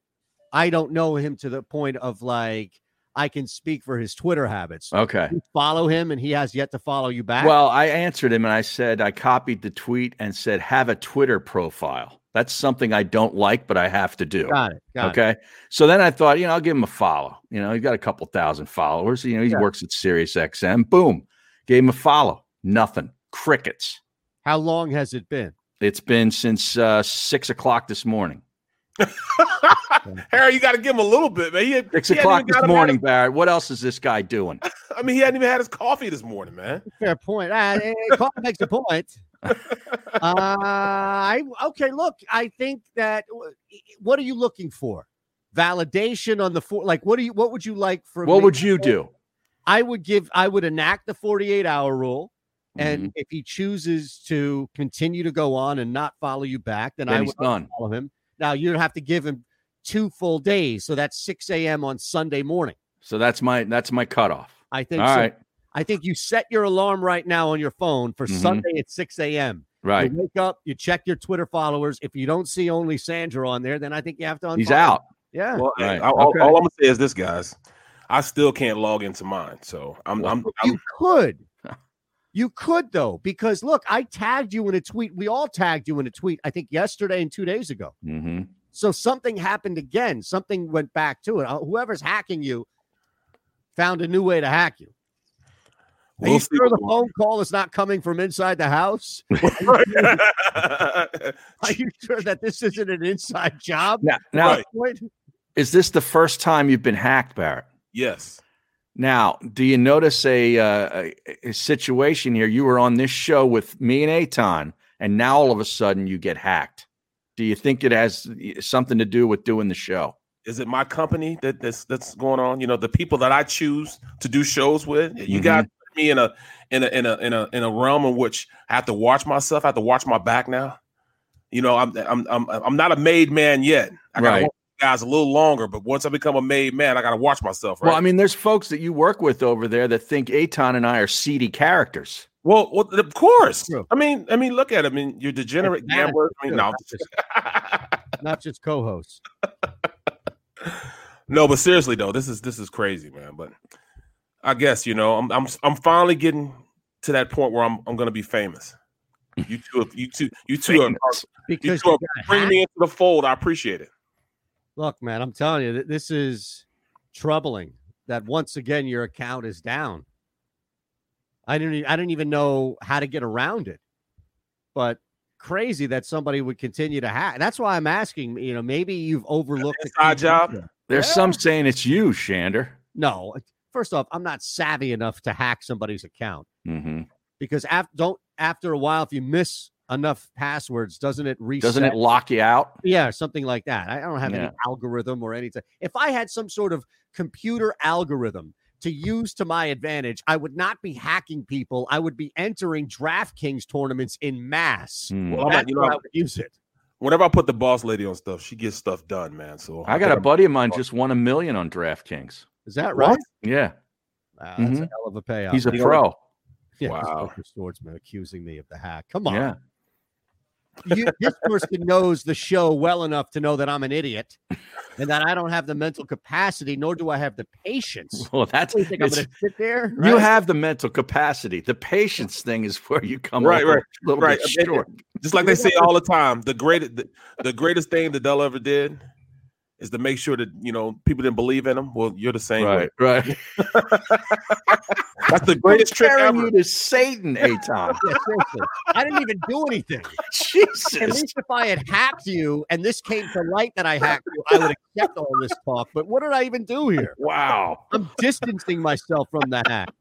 [SPEAKER 1] I don't know him to the point of like I can speak for his Twitter habits.
[SPEAKER 3] Okay.
[SPEAKER 1] You follow him and he has yet to follow you back.
[SPEAKER 3] Well, I answered him and I said, I copied the tweet and said, have a Twitter profile. That's something I don't like, but I have to do.
[SPEAKER 1] Got it, got it.
[SPEAKER 3] okay. So then I thought, you know, I'll give him a follow. You know, he's got a couple thousand followers. You know, he
[SPEAKER 1] Yeah.
[SPEAKER 3] works at SiriusXM. Boom. Gave him a follow. Nothing. Crickets.
[SPEAKER 1] how long has it been?
[SPEAKER 3] It's been since uh, six o'clock this morning.
[SPEAKER 2] Harry, you got to give him a little bit, man. He had,
[SPEAKER 3] Six
[SPEAKER 2] he hadn't
[SPEAKER 3] o'clock
[SPEAKER 2] even
[SPEAKER 3] this
[SPEAKER 2] got him out
[SPEAKER 3] morning, Barrett. What else is this guy doing?
[SPEAKER 2] of- I mean, he hadn't even had his coffee this morning, man.
[SPEAKER 1] Fair point. Uh, Carl makes a point. Uh, I okay. Look, I think that. What are you looking for? Validation on the four. Like, what do you? What would you like from?
[SPEAKER 3] What
[SPEAKER 1] me?
[SPEAKER 3] would you do?
[SPEAKER 1] I would give. I would enact the forty-eight hour rule.
[SPEAKER 3] Mm-hmm.
[SPEAKER 1] And if he chooses to continue to go on and not follow you back, then,
[SPEAKER 3] Then
[SPEAKER 1] I
[SPEAKER 3] he's
[SPEAKER 1] would
[SPEAKER 3] done.
[SPEAKER 1] follow him. Now you'd have to give him two full days, so that's six a.m. on Sunday morning.
[SPEAKER 3] So that's my that's my cutoff.
[SPEAKER 1] I think.
[SPEAKER 3] All
[SPEAKER 1] so.
[SPEAKER 3] right.
[SPEAKER 1] I think you set your alarm right now on your phone for
[SPEAKER 3] Mhm.
[SPEAKER 1] Sunday at 6 a.m.
[SPEAKER 3] Right.
[SPEAKER 1] You wake up, you check your Twitter followers. If you don't see only Sandra on there, then I think you have to unfollow.
[SPEAKER 3] He's out.
[SPEAKER 1] Yeah.
[SPEAKER 2] Well,
[SPEAKER 3] Right.
[SPEAKER 2] I- all,
[SPEAKER 3] Okay.
[SPEAKER 2] all I'm gonna say is this, guys. I still can't log into mine, so I'm. I'm, I'm
[SPEAKER 1] you could. You could though, because look, I tagged you in a tweet. We all tagged you in a tweet, I think yesterday and two days ago.
[SPEAKER 3] Mm-hmm.
[SPEAKER 1] So something happened again. Something went back to it. Uh, Whoever's hacking you found a new way to hack you. Are
[SPEAKER 2] We'll
[SPEAKER 1] you
[SPEAKER 2] see
[SPEAKER 1] sure the
[SPEAKER 2] what-
[SPEAKER 1] phone call is not coming from inside the house? Are you sure that this isn't an inside job?
[SPEAKER 3] Now, now
[SPEAKER 2] Right.
[SPEAKER 1] Wait,
[SPEAKER 3] is this the first time you've been hacked, Barrett?
[SPEAKER 2] yes.
[SPEAKER 3] Now, do you notice a, uh, a, a situation here? You were on this show with me and Aton, and now all of a sudden you get hacked. Do you think it has something to do with doing the show?
[SPEAKER 2] Is it my company that that's that's going on? You know, the people that I choose to do shows with. You
[SPEAKER 3] Mm-hmm.
[SPEAKER 2] got me in a in a in a in a in a realm in which I have to watch myself. I have to watch my back now. You know, I'm I'm I'm I'm not a made man yet. I gotta
[SPEAKER 3] Right.
[SPEAKER 2] watch you guys a little longer, but once I become a made man, I gotta watch myself. Right.
[SPEAKER 3] Well, I mean, there's folks that you work with over there that think Aton and I are seedy characters.
[SPEAKER 2] Well, well, of course. I mean, I mean, look at him. I mean, you're degenerate
[SPEAKER 1] It's not a
[SPEAKER 2] gambler. I mean,
[SPEAKER 1] show,
[SPEAKER 2] no,
[SPEAKER 1] not just- not just co-hosts.
[SPEAKER 2] no, but seriously though, this is this is crazy, man. But I guess you know, I'm I'm I'm finally getting to that point where I'm I'm gonna be famous. You two, are- you two, you two are,
[SPEAKER 3] Famous.
[SPEAKER 2] you
[SPEAKER 1] Because
[SPEAKER 2] two are
[SPEAKER 1] you got
[SPEAKER 2] bringing
[SPEAKER 1] hacked.
[SPEAKER 2] me into the fold. I appreciate it.
[SPEAKER 1] look, man, I'm telling you that this is troubling. That once again your account is down. I didn't. e- I didn't even know how to get around it. But crazy that somebody would continue to have. That's why I'm asking. You know, maybe you've overlooked the
[SPEAKER 2] Side
[SPEAKER 1] key
[SPEAKER 2] job.
[SPEAKER 1] feature.
[SPEAKER 3] There's
[SPEAKER 1] Yeah.
[SPEAKER 3] some saying it's you, Shander.
[SPEAKER 1] No, first off, I'm not savvy enough to hack somebody's account
[SPEAKER 3] Mm-hmm.
[SPEAKER 1] because after don't after a while, if you miss enough passwords, doesn't it reset?
[SPEAKER 3] Doesn't it lock you out?
[SPEAKER 1] Yeah, something like that. I I don't have any
[SPEAKER 3] Yeah.
[SPEAKER 1] algorithm or anything. If I had some sort of computer algorithm to use to my advantage, I would not be hacking people. I would be entering DraftKings tournaments in mass.
[SPEAKER 3] Mm,
[SPEAKER 2] Well, I'm
[SPEAKER 1] That's
[SPEAKER 2] not- you
[SPEAKER 1] where
[SPEAKER 2] know-
[SPEAKER 1] I would use it.
[SPEAKER 2] Whenever I put the boss lady on stuff, she gets stuff done, man. So
[SPEAKER 3] I got a buddy of mine just won a million on DraftKings.
[SPEAKER 1] Is that right?
[SPEAKER 3] Yeah.
[SPEAKER 1] Wow, that's a
[SPEAKER 3] Mhm.
[SPEAKER 1] hell of a payout.
[SPEAKER 3] He's a
[SPEAKER 1] You know,
[SPEAKER 3] pro.
[SPEAKER 1] Yeah, this
[SPEAKER 3] Wow.
[SPEAKER 1] poker swordsman accusing me of the hack. Come on.
[SPEAKER 3] Yeah.
[SPEAKER 1] You, this person knows the show well enough to know that I'm an idiot and that I don't have the mental capacity, nor do I have the patience.
[SPEAKER 3] Well, that's
[SPEAKER 1] What do you think I'm
[SPEAKER 3] it's-
[SPEAKER 1] going to sit there?
[SPEAKER 3] You
[SPEAKER 1] right?
[SPEAKER 3] have the mental capacity. The patience thing is where you come
[SPEAKER 2] Right,
[SPEAKER 3] up
[SPEAKER 2] right,
[SPEAKER 3] a little
[SPEAKER 2] right.
[SPEAKER 3] bit short.
[SPEAKER 2] Just like they say all the time, the greatest, the, the greatest thing that Dell ever did is to make sure that you know people didn't believe in him. Well, you're the same. way.
[SPEAKER 3] Right, right.
[SPEAKER 2] That's the greatest trick
[SPEAKER 3] Comparing
[SPEAKER 2] ever.
[SPEAKER 3] you to Satan, Aton.
[SPEAKER 1] Yeah, seriously. I didn't even do anything. At
[SPEAKER 3] Jesus.
[SPEAKER 1] least if I had hacked you and this came to light that I hacked you, I would accept all this talk. But what did I even do here?
[SPEAKER 3] Wow.
[SPEAKER 1] I'm distancing myself from the hack.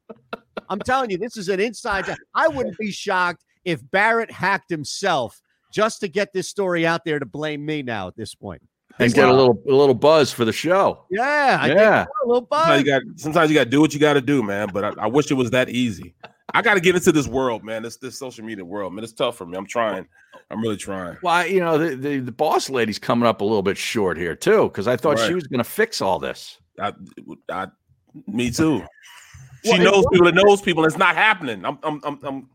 [SPEAKER 1] I'm telling you, this is an inside job. I wouldn't be shocked if Barrett hacked himself just to get this story out there to blame me now at this point.
[SPEAKER 3] And get a little a little buzz for the show.
[SPEAKER 1] Yeah, I
[SPEAKER 3] Yeah.
[SPEAKER 1] think a little
[SPEAKER 2] Sometimes
[SPEAKER 1] bug.
[SPEAKER 3] Uh,
[SPEAKER 2] you got sometimes you got to do what you got to do, man. But I, I wish it was that easy. I got to get into this world, man. This this social media world, man. It's tough for me. I'm trying. I'm really trying.
[SPEAKER 3] Well, I- you know, the, the, the boss lady's coming up a little bit short here too, because I thought she
[SPEAKER 2] Right.
[SPEAKER 3] was gonna fix all this.
[SPEAKER 2] I, I me too. She
[SPEAKER 1] Well, it
[SPEAKER 2] knows
[SPEAKER 1] was-
[SPEAKER 2] people. It knows people. It's not happening. I'm I'm I'm I'm,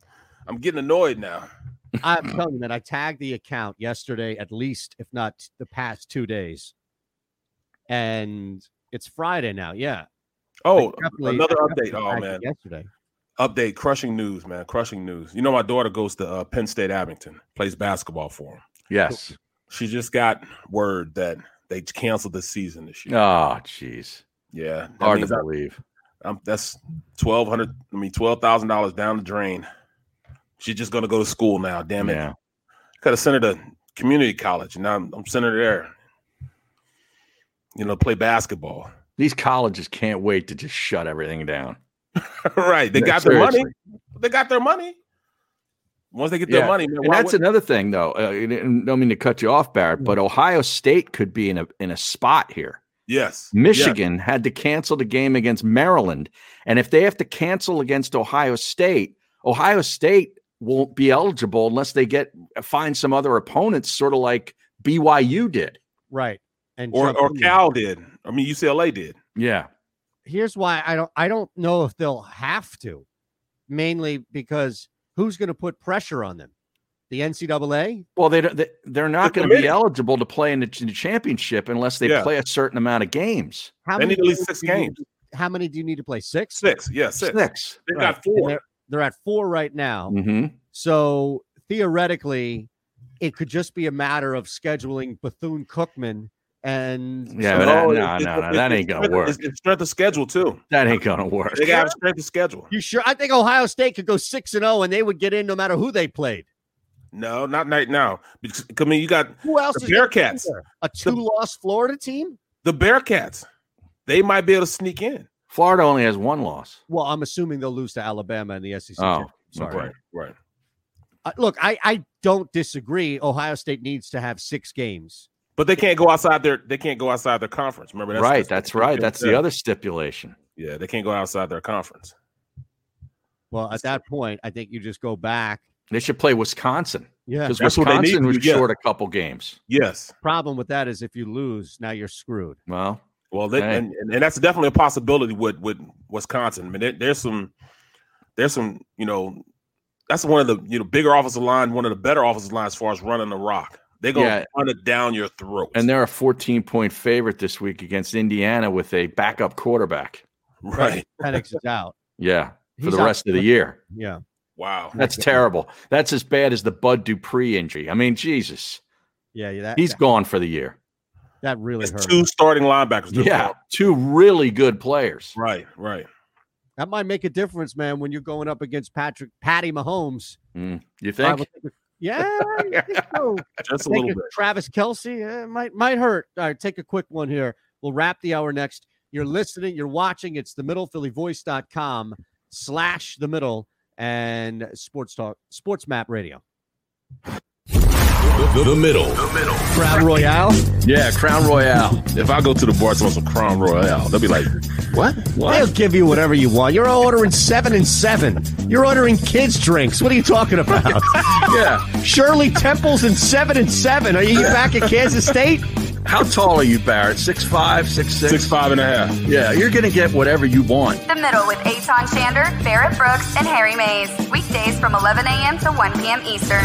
[SPEAKER 2] I'm getting annoyed now.
[SPEAKER 1] I'm telling you that I tagged the account yesterday, at least if not the past two days. And it's Friday now. Yeah.
[SPEAKER 2] Oh,
[SPEAKER 1] definitely-
[SPEAKER 2] another
[SPEAKER 1] I
[SPEAKER 2] update.
[SPEAKER 1] definitely
[SPEAKER 2] Oh
[SPEAKER 1] tagged it
[SPEAKER 2] man,
[SPEAKER 1] Yesterday.
[SPEAKER 2] update. Crushing news, man. Crushing news. You know, my daughter goes to uh, Penn State Abington. Plays basketball for 'em.
[SPEAKER 3] Yes.
[SPEAKER 2] She just got word that they canceled the season this year.
[SPEAKER 3] Oh, jeez.
[SPEAKER 2] Yeah, that
[SPEAKER 3] Hard to
[SPEAKER 2] means I-
[SPEAKER 3] believe.
[SPEAKER 2] I'm, that's twelve hundred. I mean, twelve thousand dollars down the drain. She's just gonna go to school now. Damn it!
[SPEAKER 3] Yeah.
[SPEAKER 2] Could have sent her to community college, and now I'm, I'm sending her there. You know, play basketball.
[SPEAKER 3] These colleges can't wait to just shut everything down.
[SPEAKER 2] right? They
[SPEAKER 3] Yeah,
[SPEAKER 2] got their money.
[SPEAKER 3] seriously.
[SPEAKER 2] They got their money. Once they get their
[SPEAKER 3] Yeah.
[SPEAKER 2] money, man,
[SPEAKER 3] and
[SPEAKER 2] why
[SPEAKER 3] that's
[SPEAKER 2] would- Hmm.
[SPEAKER 3] another thing, though. Uh, I didn't- don't mean to cut you off, Barrett, but Ohio State could be in a in a spot here.
[SPEAKER 2] yes,
[SPEAKER 3] Michigan had to cancel the game against Maryland, and if they have to cancel against Ohio State, Ohio State won't be eligible unless they get uh, find some other opponents, sort of like BYU did.
[SPEAKER 1] Right. And
[SPEAKER 2] Or
[SPEAKER 1] jump
[SPEAKER 2] or
[SPEAKER 1] in there.
[SPEAKER 2] Cal did. I mean, UCLA did.
[SPEAKER 3] Yeah,
[SPEAKER 1] here's why I don't I don't know if they'll have to, mainly because who's going to put pressure on them? The NCAA?
[SPEAKER 3] Well, they don't, they, they're not
[SPEAKER 2] They're
[SPEAKER 3] going to be
[SPEAKER 2] committed.
[SPEAKER 3] eligible to play in the, ch- the championship unless they
[SPEAKER 2] Yeah.
[SPEAKER 3] play a certain amount of games.
[SPEAKER 1] How
[SPEAKER 2] They need at least
[SPEAKER 1] games
[SPEAKER 2] six
[SPEAKER 1] do you need
[SPEAKER 2] games.
[SPEAKER 1] to- How many do you need to play? Six.
[SPEAKER 2] Six, yeah, six.
[SPEAKER 3] Six.
[SPEAKER 2] They
[SPEAKER 1] Right.
[SPEAKER 2] got
[SPEAKER 1] And
[SPEAKER 2] four. Mm.
[SPEAKER 1] They're, they're at four right now.
[SPEAKER 3] Mm-hmm.
[SPEAKER 1] So theoretically, it could just be a matter of scheduling Bethune Cookman and
[SPEAKER 3] Yeah, but that,
[SPEAKER 2] So no,
[SPEAKER 3] no,
[SPEAKER 2] Oh, it's-
[SPEAKER 3] no,
[SPEAKER 2] it's-
[SPEAKER 3] no, that
[SPEAKER 2] it's-
[SPEAKER 3] ain't gonna
[SPEAKER 2] it's-
[SPEAKER 3] work.
[SPEAKER 2] It's, it's strength of schedule too.
[SPEAKER 3] That ain't gonna work.
[SPEAKER 2] They got to strength of schedule.
[SPEAKER 1] you sure I think Ohio State could go six and oh and they would get in no matter who they played.
[SPEAKER 2] No, not right now. Because I mean, you got
[SPEAKER 1] Who else
[SPEAKER 2] The
[SPEAKER 1] is gonna be
[SPEAKER 2] Bearcats.
[SPEAKER 1] there? A two loss Florida team?
[SPEAKER 2] the Bearcats. They might be able to sneak in.
[SPEAKER 3] Florida only has one loss.
[SPEAKER 1] Well, I'm assuming they'll lose to Alabama in the SEC.
[SPEAKER 3] Oh,
[SPEAKER 1] championship. sorry.
[SPEAKER 3] okay.
[SPEAKER 2] right.
[SPEAKER 1] Uh, look, I, I don't disagree. Ohio State needs to have six games.
[SPEAKER 2] But they can't go outside their. They can't go outside their conference. Remember,
[SPEAKER 3] right, that's right. That's the
[SPEAKER 2] yeah.
[SPEAKER 3] other stipulation.
[SPEAKER 2] Yeah, they can't go outside their conference.
[SPEAKER 1] Well, at that point, I think you just go back.
[SPEAKER 3] They should play Wisconsin
[SPEAKER 1] Yeah.
[SPEAKER 3] because
[SPEAKER 2] That's what they need
[SPEAKER 3] Wisconsin
[SPEAKER 2] to
[SPEAKER 3] was
[SPEAKER 2] do, yeah.
[SPEAKER 3] short a couple games.
[SPEAKER 2] Yes.
[SPEAKER 1] Problem with that is if you lose, now you're screwed.
[SPEAKER 3] Well,
[SPEAKER 2] Well, they,
[SPEAKER 3] Right.
[SPEAKER 2] and, and and that's definitely a possibility with with Wisconsin. I mean, there, there's some, there's some, you know, that's one of the you know bigger offensive line, one of the better offensive lines as far as running the rock. They're gonna
[SPEAKER 3] Yeah.
[SPEAKER 2] run it down your throat.
[SPEAKER 3] and they're a 14 point favorite this week against Indiana with a backup quarterback.
[SPEAKER 2] right.
[SPEAKER 1] Penix is out.
[SPEAKER 3] Yeah, for
[SPEAKER 1] He's
[SPEAKER 3] the
[SPEAKER 1] out
[SPEAKER 3] rest of the year.
[SPEAKER 1] Yeah.
[SPEAKER 2] Wow.
[SPEAKER 3] That's terrible. That's as bad as the Bud Dupree injury. I mean, Jesus,
[SPEAKER 1] Yeah. yeah that,
[SPEAKER 3] he's
[SPEAKER 1] that,
[SPEAKER 3] gone for the year.
[SPEAKER 1] that really
[SPEAKER 2] It's
[SPEAKER 1] hurt.
[SPEAKER 2] two starting linebackers. they're
[SPEAKER 3] Yeah,
[SPEAKER 2] gone.
[SPEAKER 3] two really good players.
[SPEAKER 2] Right. Right.
[SPEAKER 1] that might make a difference, man, when you're going up against Patrick Patty Mahomes.
[SPEAKER 3] Mm, you
[SPEAKER 1] I
[SPEAKER 3] think?
[SPEAKER 1] would think Yeah, I think so.
[SPEAKER 2] Just a
[SPEAKER 1] Take
[SPEAKER 2] little bit.
[SPEAKER 1] Travis Kelsey eh, might might hurt. All right, take a quick one here. We'll wrap the hour next. You're listening. You're watching. It's the middle phillyvoice.com slash the middle and sports talk sports map radio.
[SPEAKER 5] The, middle. The middle.
[SPEAKER 1] Crown Royale.
[SPEAKER 2] Yeah, Crown Royale. If I go to the bar, someone some Crown Royale, they'll be like, "What?
[SPEAKER 9] They'll give you whatever you want. You're ordering seven and seven. You're ordering kids drinks. What are you talking about?
[SPEAKER 3] yeah.
[SPEAKER 9] Shirley Temple's in seven and seven. Are you back at Kansas State?
[SPEAKER 3] How tall are you, Barrett? Six five, six six,
[SPEAKER 2] six five and a half.
[SPEAKER 3] Yeah, you're gonna get whatever you want.
[SPEAKER 10] The Middle with Aton Shander, Barrett Brooks, and Harry Mays. Weekdays from 11 a.m. to 1 p.m. Eastern.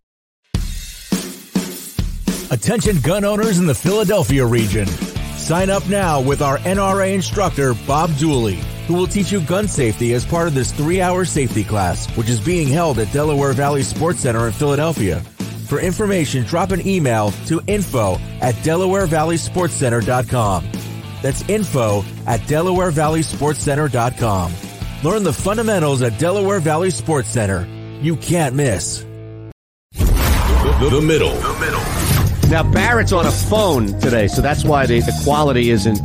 [SPEAKER 11] Attention gun owners in the Philadelphia region. Sign up now with our NRA instructor, Bob Dooley, who will teach you gun safety as part of this three hour safety class, which is being held at Delaware Valley Sports Center in Philadelphia. For information, drop an email to info at delawarevalleysportscenter.com. That's info at delawarevalleysportscenter.com. Learn the fundamentals at Delaware Valley Sports Center. You can't miss.
[SPEAKER 5] The, middle. The middle.
[SPEAKER 9] Now Barrett's on a phone today, so that's why the, the quality isn't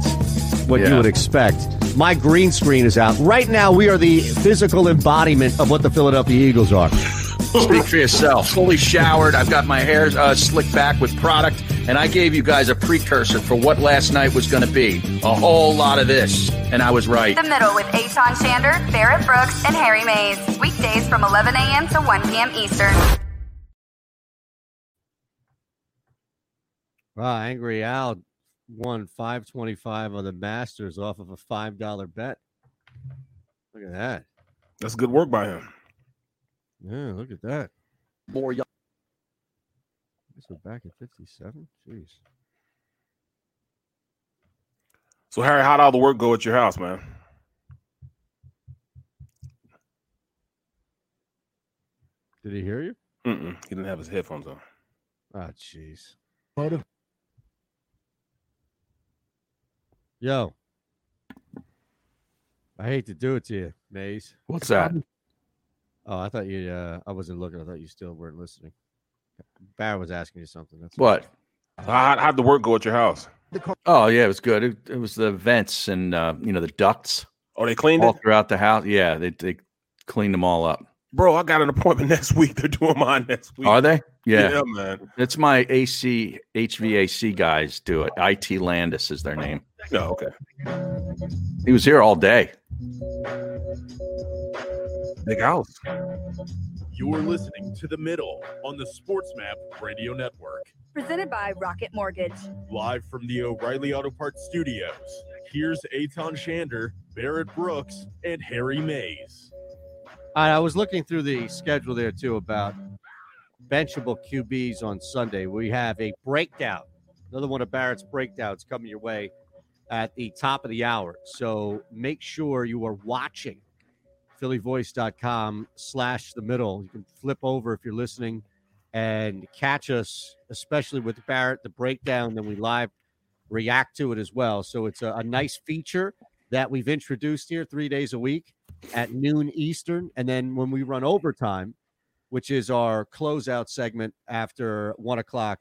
[SPEAKER 9] what you
[SPEAKER 5] Yeah.
[SPEAKER 9] would expect. My green screen is out. Right now we are the physical embodiment of what the Philadelphia Eagles are.
[SPEAKER 3] Speak for yourself. Fully showered. I've got my hair uh, slicked back with product, and I gave you guys a precursor for what last night was going to be. A whole lot of this, and I was right.
[SPEAKER 10] The Middle with Aton Shander, Barrett Brooks, and Harry Mays. Weekdays from 11 a.m. to 1 p.m. Eastern.
[SPEAKER 1] Wow, Ah, Angry Al won 525 on the Masters off of a $5 bet. Look at that.
[SPEAKER 2] That's good work by him.
[SPEAKER 1] Yeah, look at that.
[SPEAKER 3] More young.
[SPEAKER 1] This was back at 57. Jeez.
[SPEAKER 2] So Harry, how'd all the work go at your house, man?
[SPEAKER 1] Did he hear you?
[SPEAKER 2] Mm-mm. He didn't have his headphones on.
[SPEAKER 1] Oh, jeez. Yo. I hate to do it to you, Maze.
[SPEAKER 3] What's that?
[SPEAKER 1] Oh, I thought you uh I wasn't looking. I thought you still weren't listening. Barrett was asking you something. That's
[SPEAKER 3] What?
[SPEAKER 2] How, how'd the work go at your house?
[SPEAKER 3] Oh yeah, it was good. It, it was the vents and uh, you know the ducts.
[SPEAKER 2] Oh, they cleaned
[SPEAKER 3] all
[SPEAKER 2] it?
[SPEAKER 3] throughout the house. Yeah, they they cleaned them all up.
[SPEAKER 2] Bro, I got an appointment next week. They're doing mine next week.
[SPEAKER 3] Are they? Yeah.
[SPEAKER 2] Oh, Yeah, man.
[SPEAKER 3] It's my AC HVAC guys do it. IT Landis is their name.
[SPEAKER 2] No, okay.
[SPEAKER 3] He was here all day.
[SPEAKER 2] Big house.
[SPEAKER 12] You're listening to The Middle on the Sports Map Radio Network.
[SPEAKER 4] Presented by Rocket Mortgage.
[SPEAKER 12] Live from the O'Reilly Auto Parts Studios, here's Aton Shander, Barrett Brooks, and Harry Mays.
[SPEAKER 1] I I was looking through the schedule there too about benchable QBs on Sunday. We have a breakdown, another one of Barrett's breakdowns coming your way at the top of the hour. So make sure you are watching phillyvoice.com slash the middle. You can flip over if you're listening and catch us, especially with Barrett, the breakdown. Then we live react to it as well. So it's a, a nice feature that we've introduced here three days a week at noon Eastern. And then when we run overtime, which is our closeout segment after one o'clock,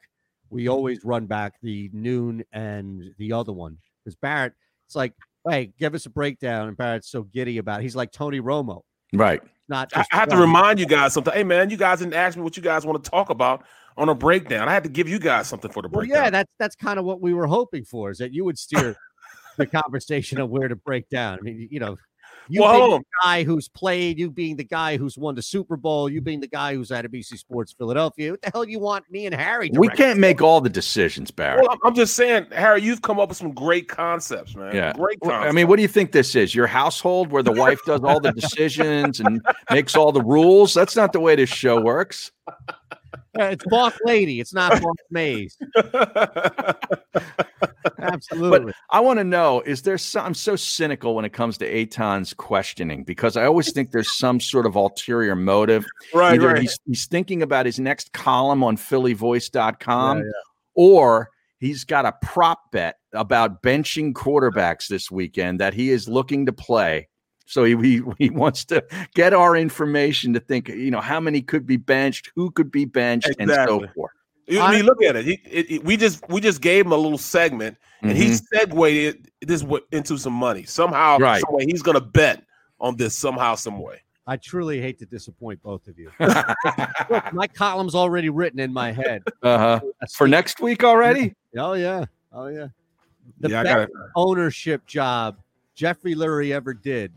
[SPEAKER 1] we always run back the noon and the other one. Because Barrett, it's like, hey, give us a breakdown. And Barrett's so giddy about it. He's like Tony Romo.
[SPEAKER 3] Right.
[SPEAKER 1] Not
[SPEAKER 2] I,
[SPEAKER 1] just
[SPEAKER 2] I have to
[SPEAKER 1] one.
[SPEAKER 2] remind you guys something. Hey, man, you guys didn't ask me what you guys want to talk about on a breakdown. I had to give you guys something for the
[SPEAKER 1] Well,
[SPEAKER 2] breakdown.
[SPEAKER 1] yeah, that's that's kind of what we were hoping for is that you would steer the conversation of where to break down. I mean, you know, You
[SPEAKER 2] Well,
[SPEAKER 1] being
[SPEAKER 2] hold on.
[SPEAKER 1] the guy who's played, you being the guy who's won the Super Bowl, you being the guy who's at ABC Sports Philadelphia. What the hell you want me and Harry?
[SPEAKER 3] We
[SPEAKER 1] directing?
[SPEAKER 3] can't make all the decisions, Barry.
[SPEAKER 2] Well, I'm- I'm just saying, Harry, you've come up with some great concepts, man.
[SPEAKER 3] Yeah.
[SPEAKER 2] Great
[SPEAKER 3] Well,
[SPEAKER 2] concepts.
[SPEAKER 3] I mean, what do you think this is? Your household where the wife does all the decisions and makes all the rules? That's not the way this show works.
[SPEAKER 1] Uh, It's boss lady. It's not boss maze. Absolutely.
[SPEAKER 3] But I want to know is there some, I'm so cynical when it comes to Aton's questioning because I always think there's some sort of ulterior motive.
[SPEAKER 2] Right,
[SPEAKER 3] Either
[SPEAKER 2] right.
[SPEAKER 3] He's, he's thinking about his next column on phillyvoice.com
[SPEAKER 2] Yeah, yeah.
[SPEAKER 3] or he's got a prop bet about benching quarterbacks this weekend that he is looking to play. So he, he, he wants to get our information to think, you know, how many could be benched, who could be benched, and so
[SPEAKER 2] Exactly.
[SPEAKER 3] forth.
[SPEAKER 2] You- I mean, look at it. He, it, it- We just we just gave him a little segment, and he
[SPEAKER 3] Mhm.
[SPEAKER 2] segued this wa- into some money somehow.
[SPEAKER 3] Right.
[SPEAKER 2] some way, he's gonna bet on this somehow, some way.
[SPEAKER 1] I truly hate to disappoint both of you. Look, my column's already written in my head.
[SPEAKER 3] Uh-huh. For next week already?
[SPEAKER 1] Oh yeah. Oh yeah. The
[SPEAKER 2] Yeah, I
[SPEAKER 1] best
[SPEAKER 2] gotta-
[SPEAKER 1] ownership job Jeffrey Lurie ever did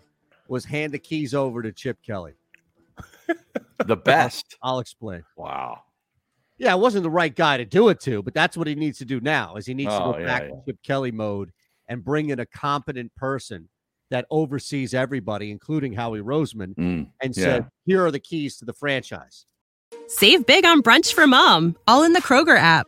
[SPEAKER 1] was hand the keys over to Chip Kelly.
[SPEAKER 3] The best.
[SPEAKER 1] I'll explain.
[SPEAKER 3] Wow.
[SPEAKER 1] Yeah, it wasn't the right guy to do it to, but that's what he needs to do now. Is he needs
[SPEAKER 3] Oh,
[SPEAKER 1] to go
[SPEAKER 3] yeah,
[SPEAKER 1] back
[SPEAKER 3] yeah.
[SPEAKER 1] to Chip Kelly mode and bring in a competent person that oversees everybody, including Howie Roseman,
[SPEAKER 3] Mm,
[SPEAKER 1] and
[SPEAKER 3] yeah.
[SPEAKER 1] said, "Here are the keys to the franchise."
[SPEAKER 13] Save big on brunch for mom, all in the Kroger app.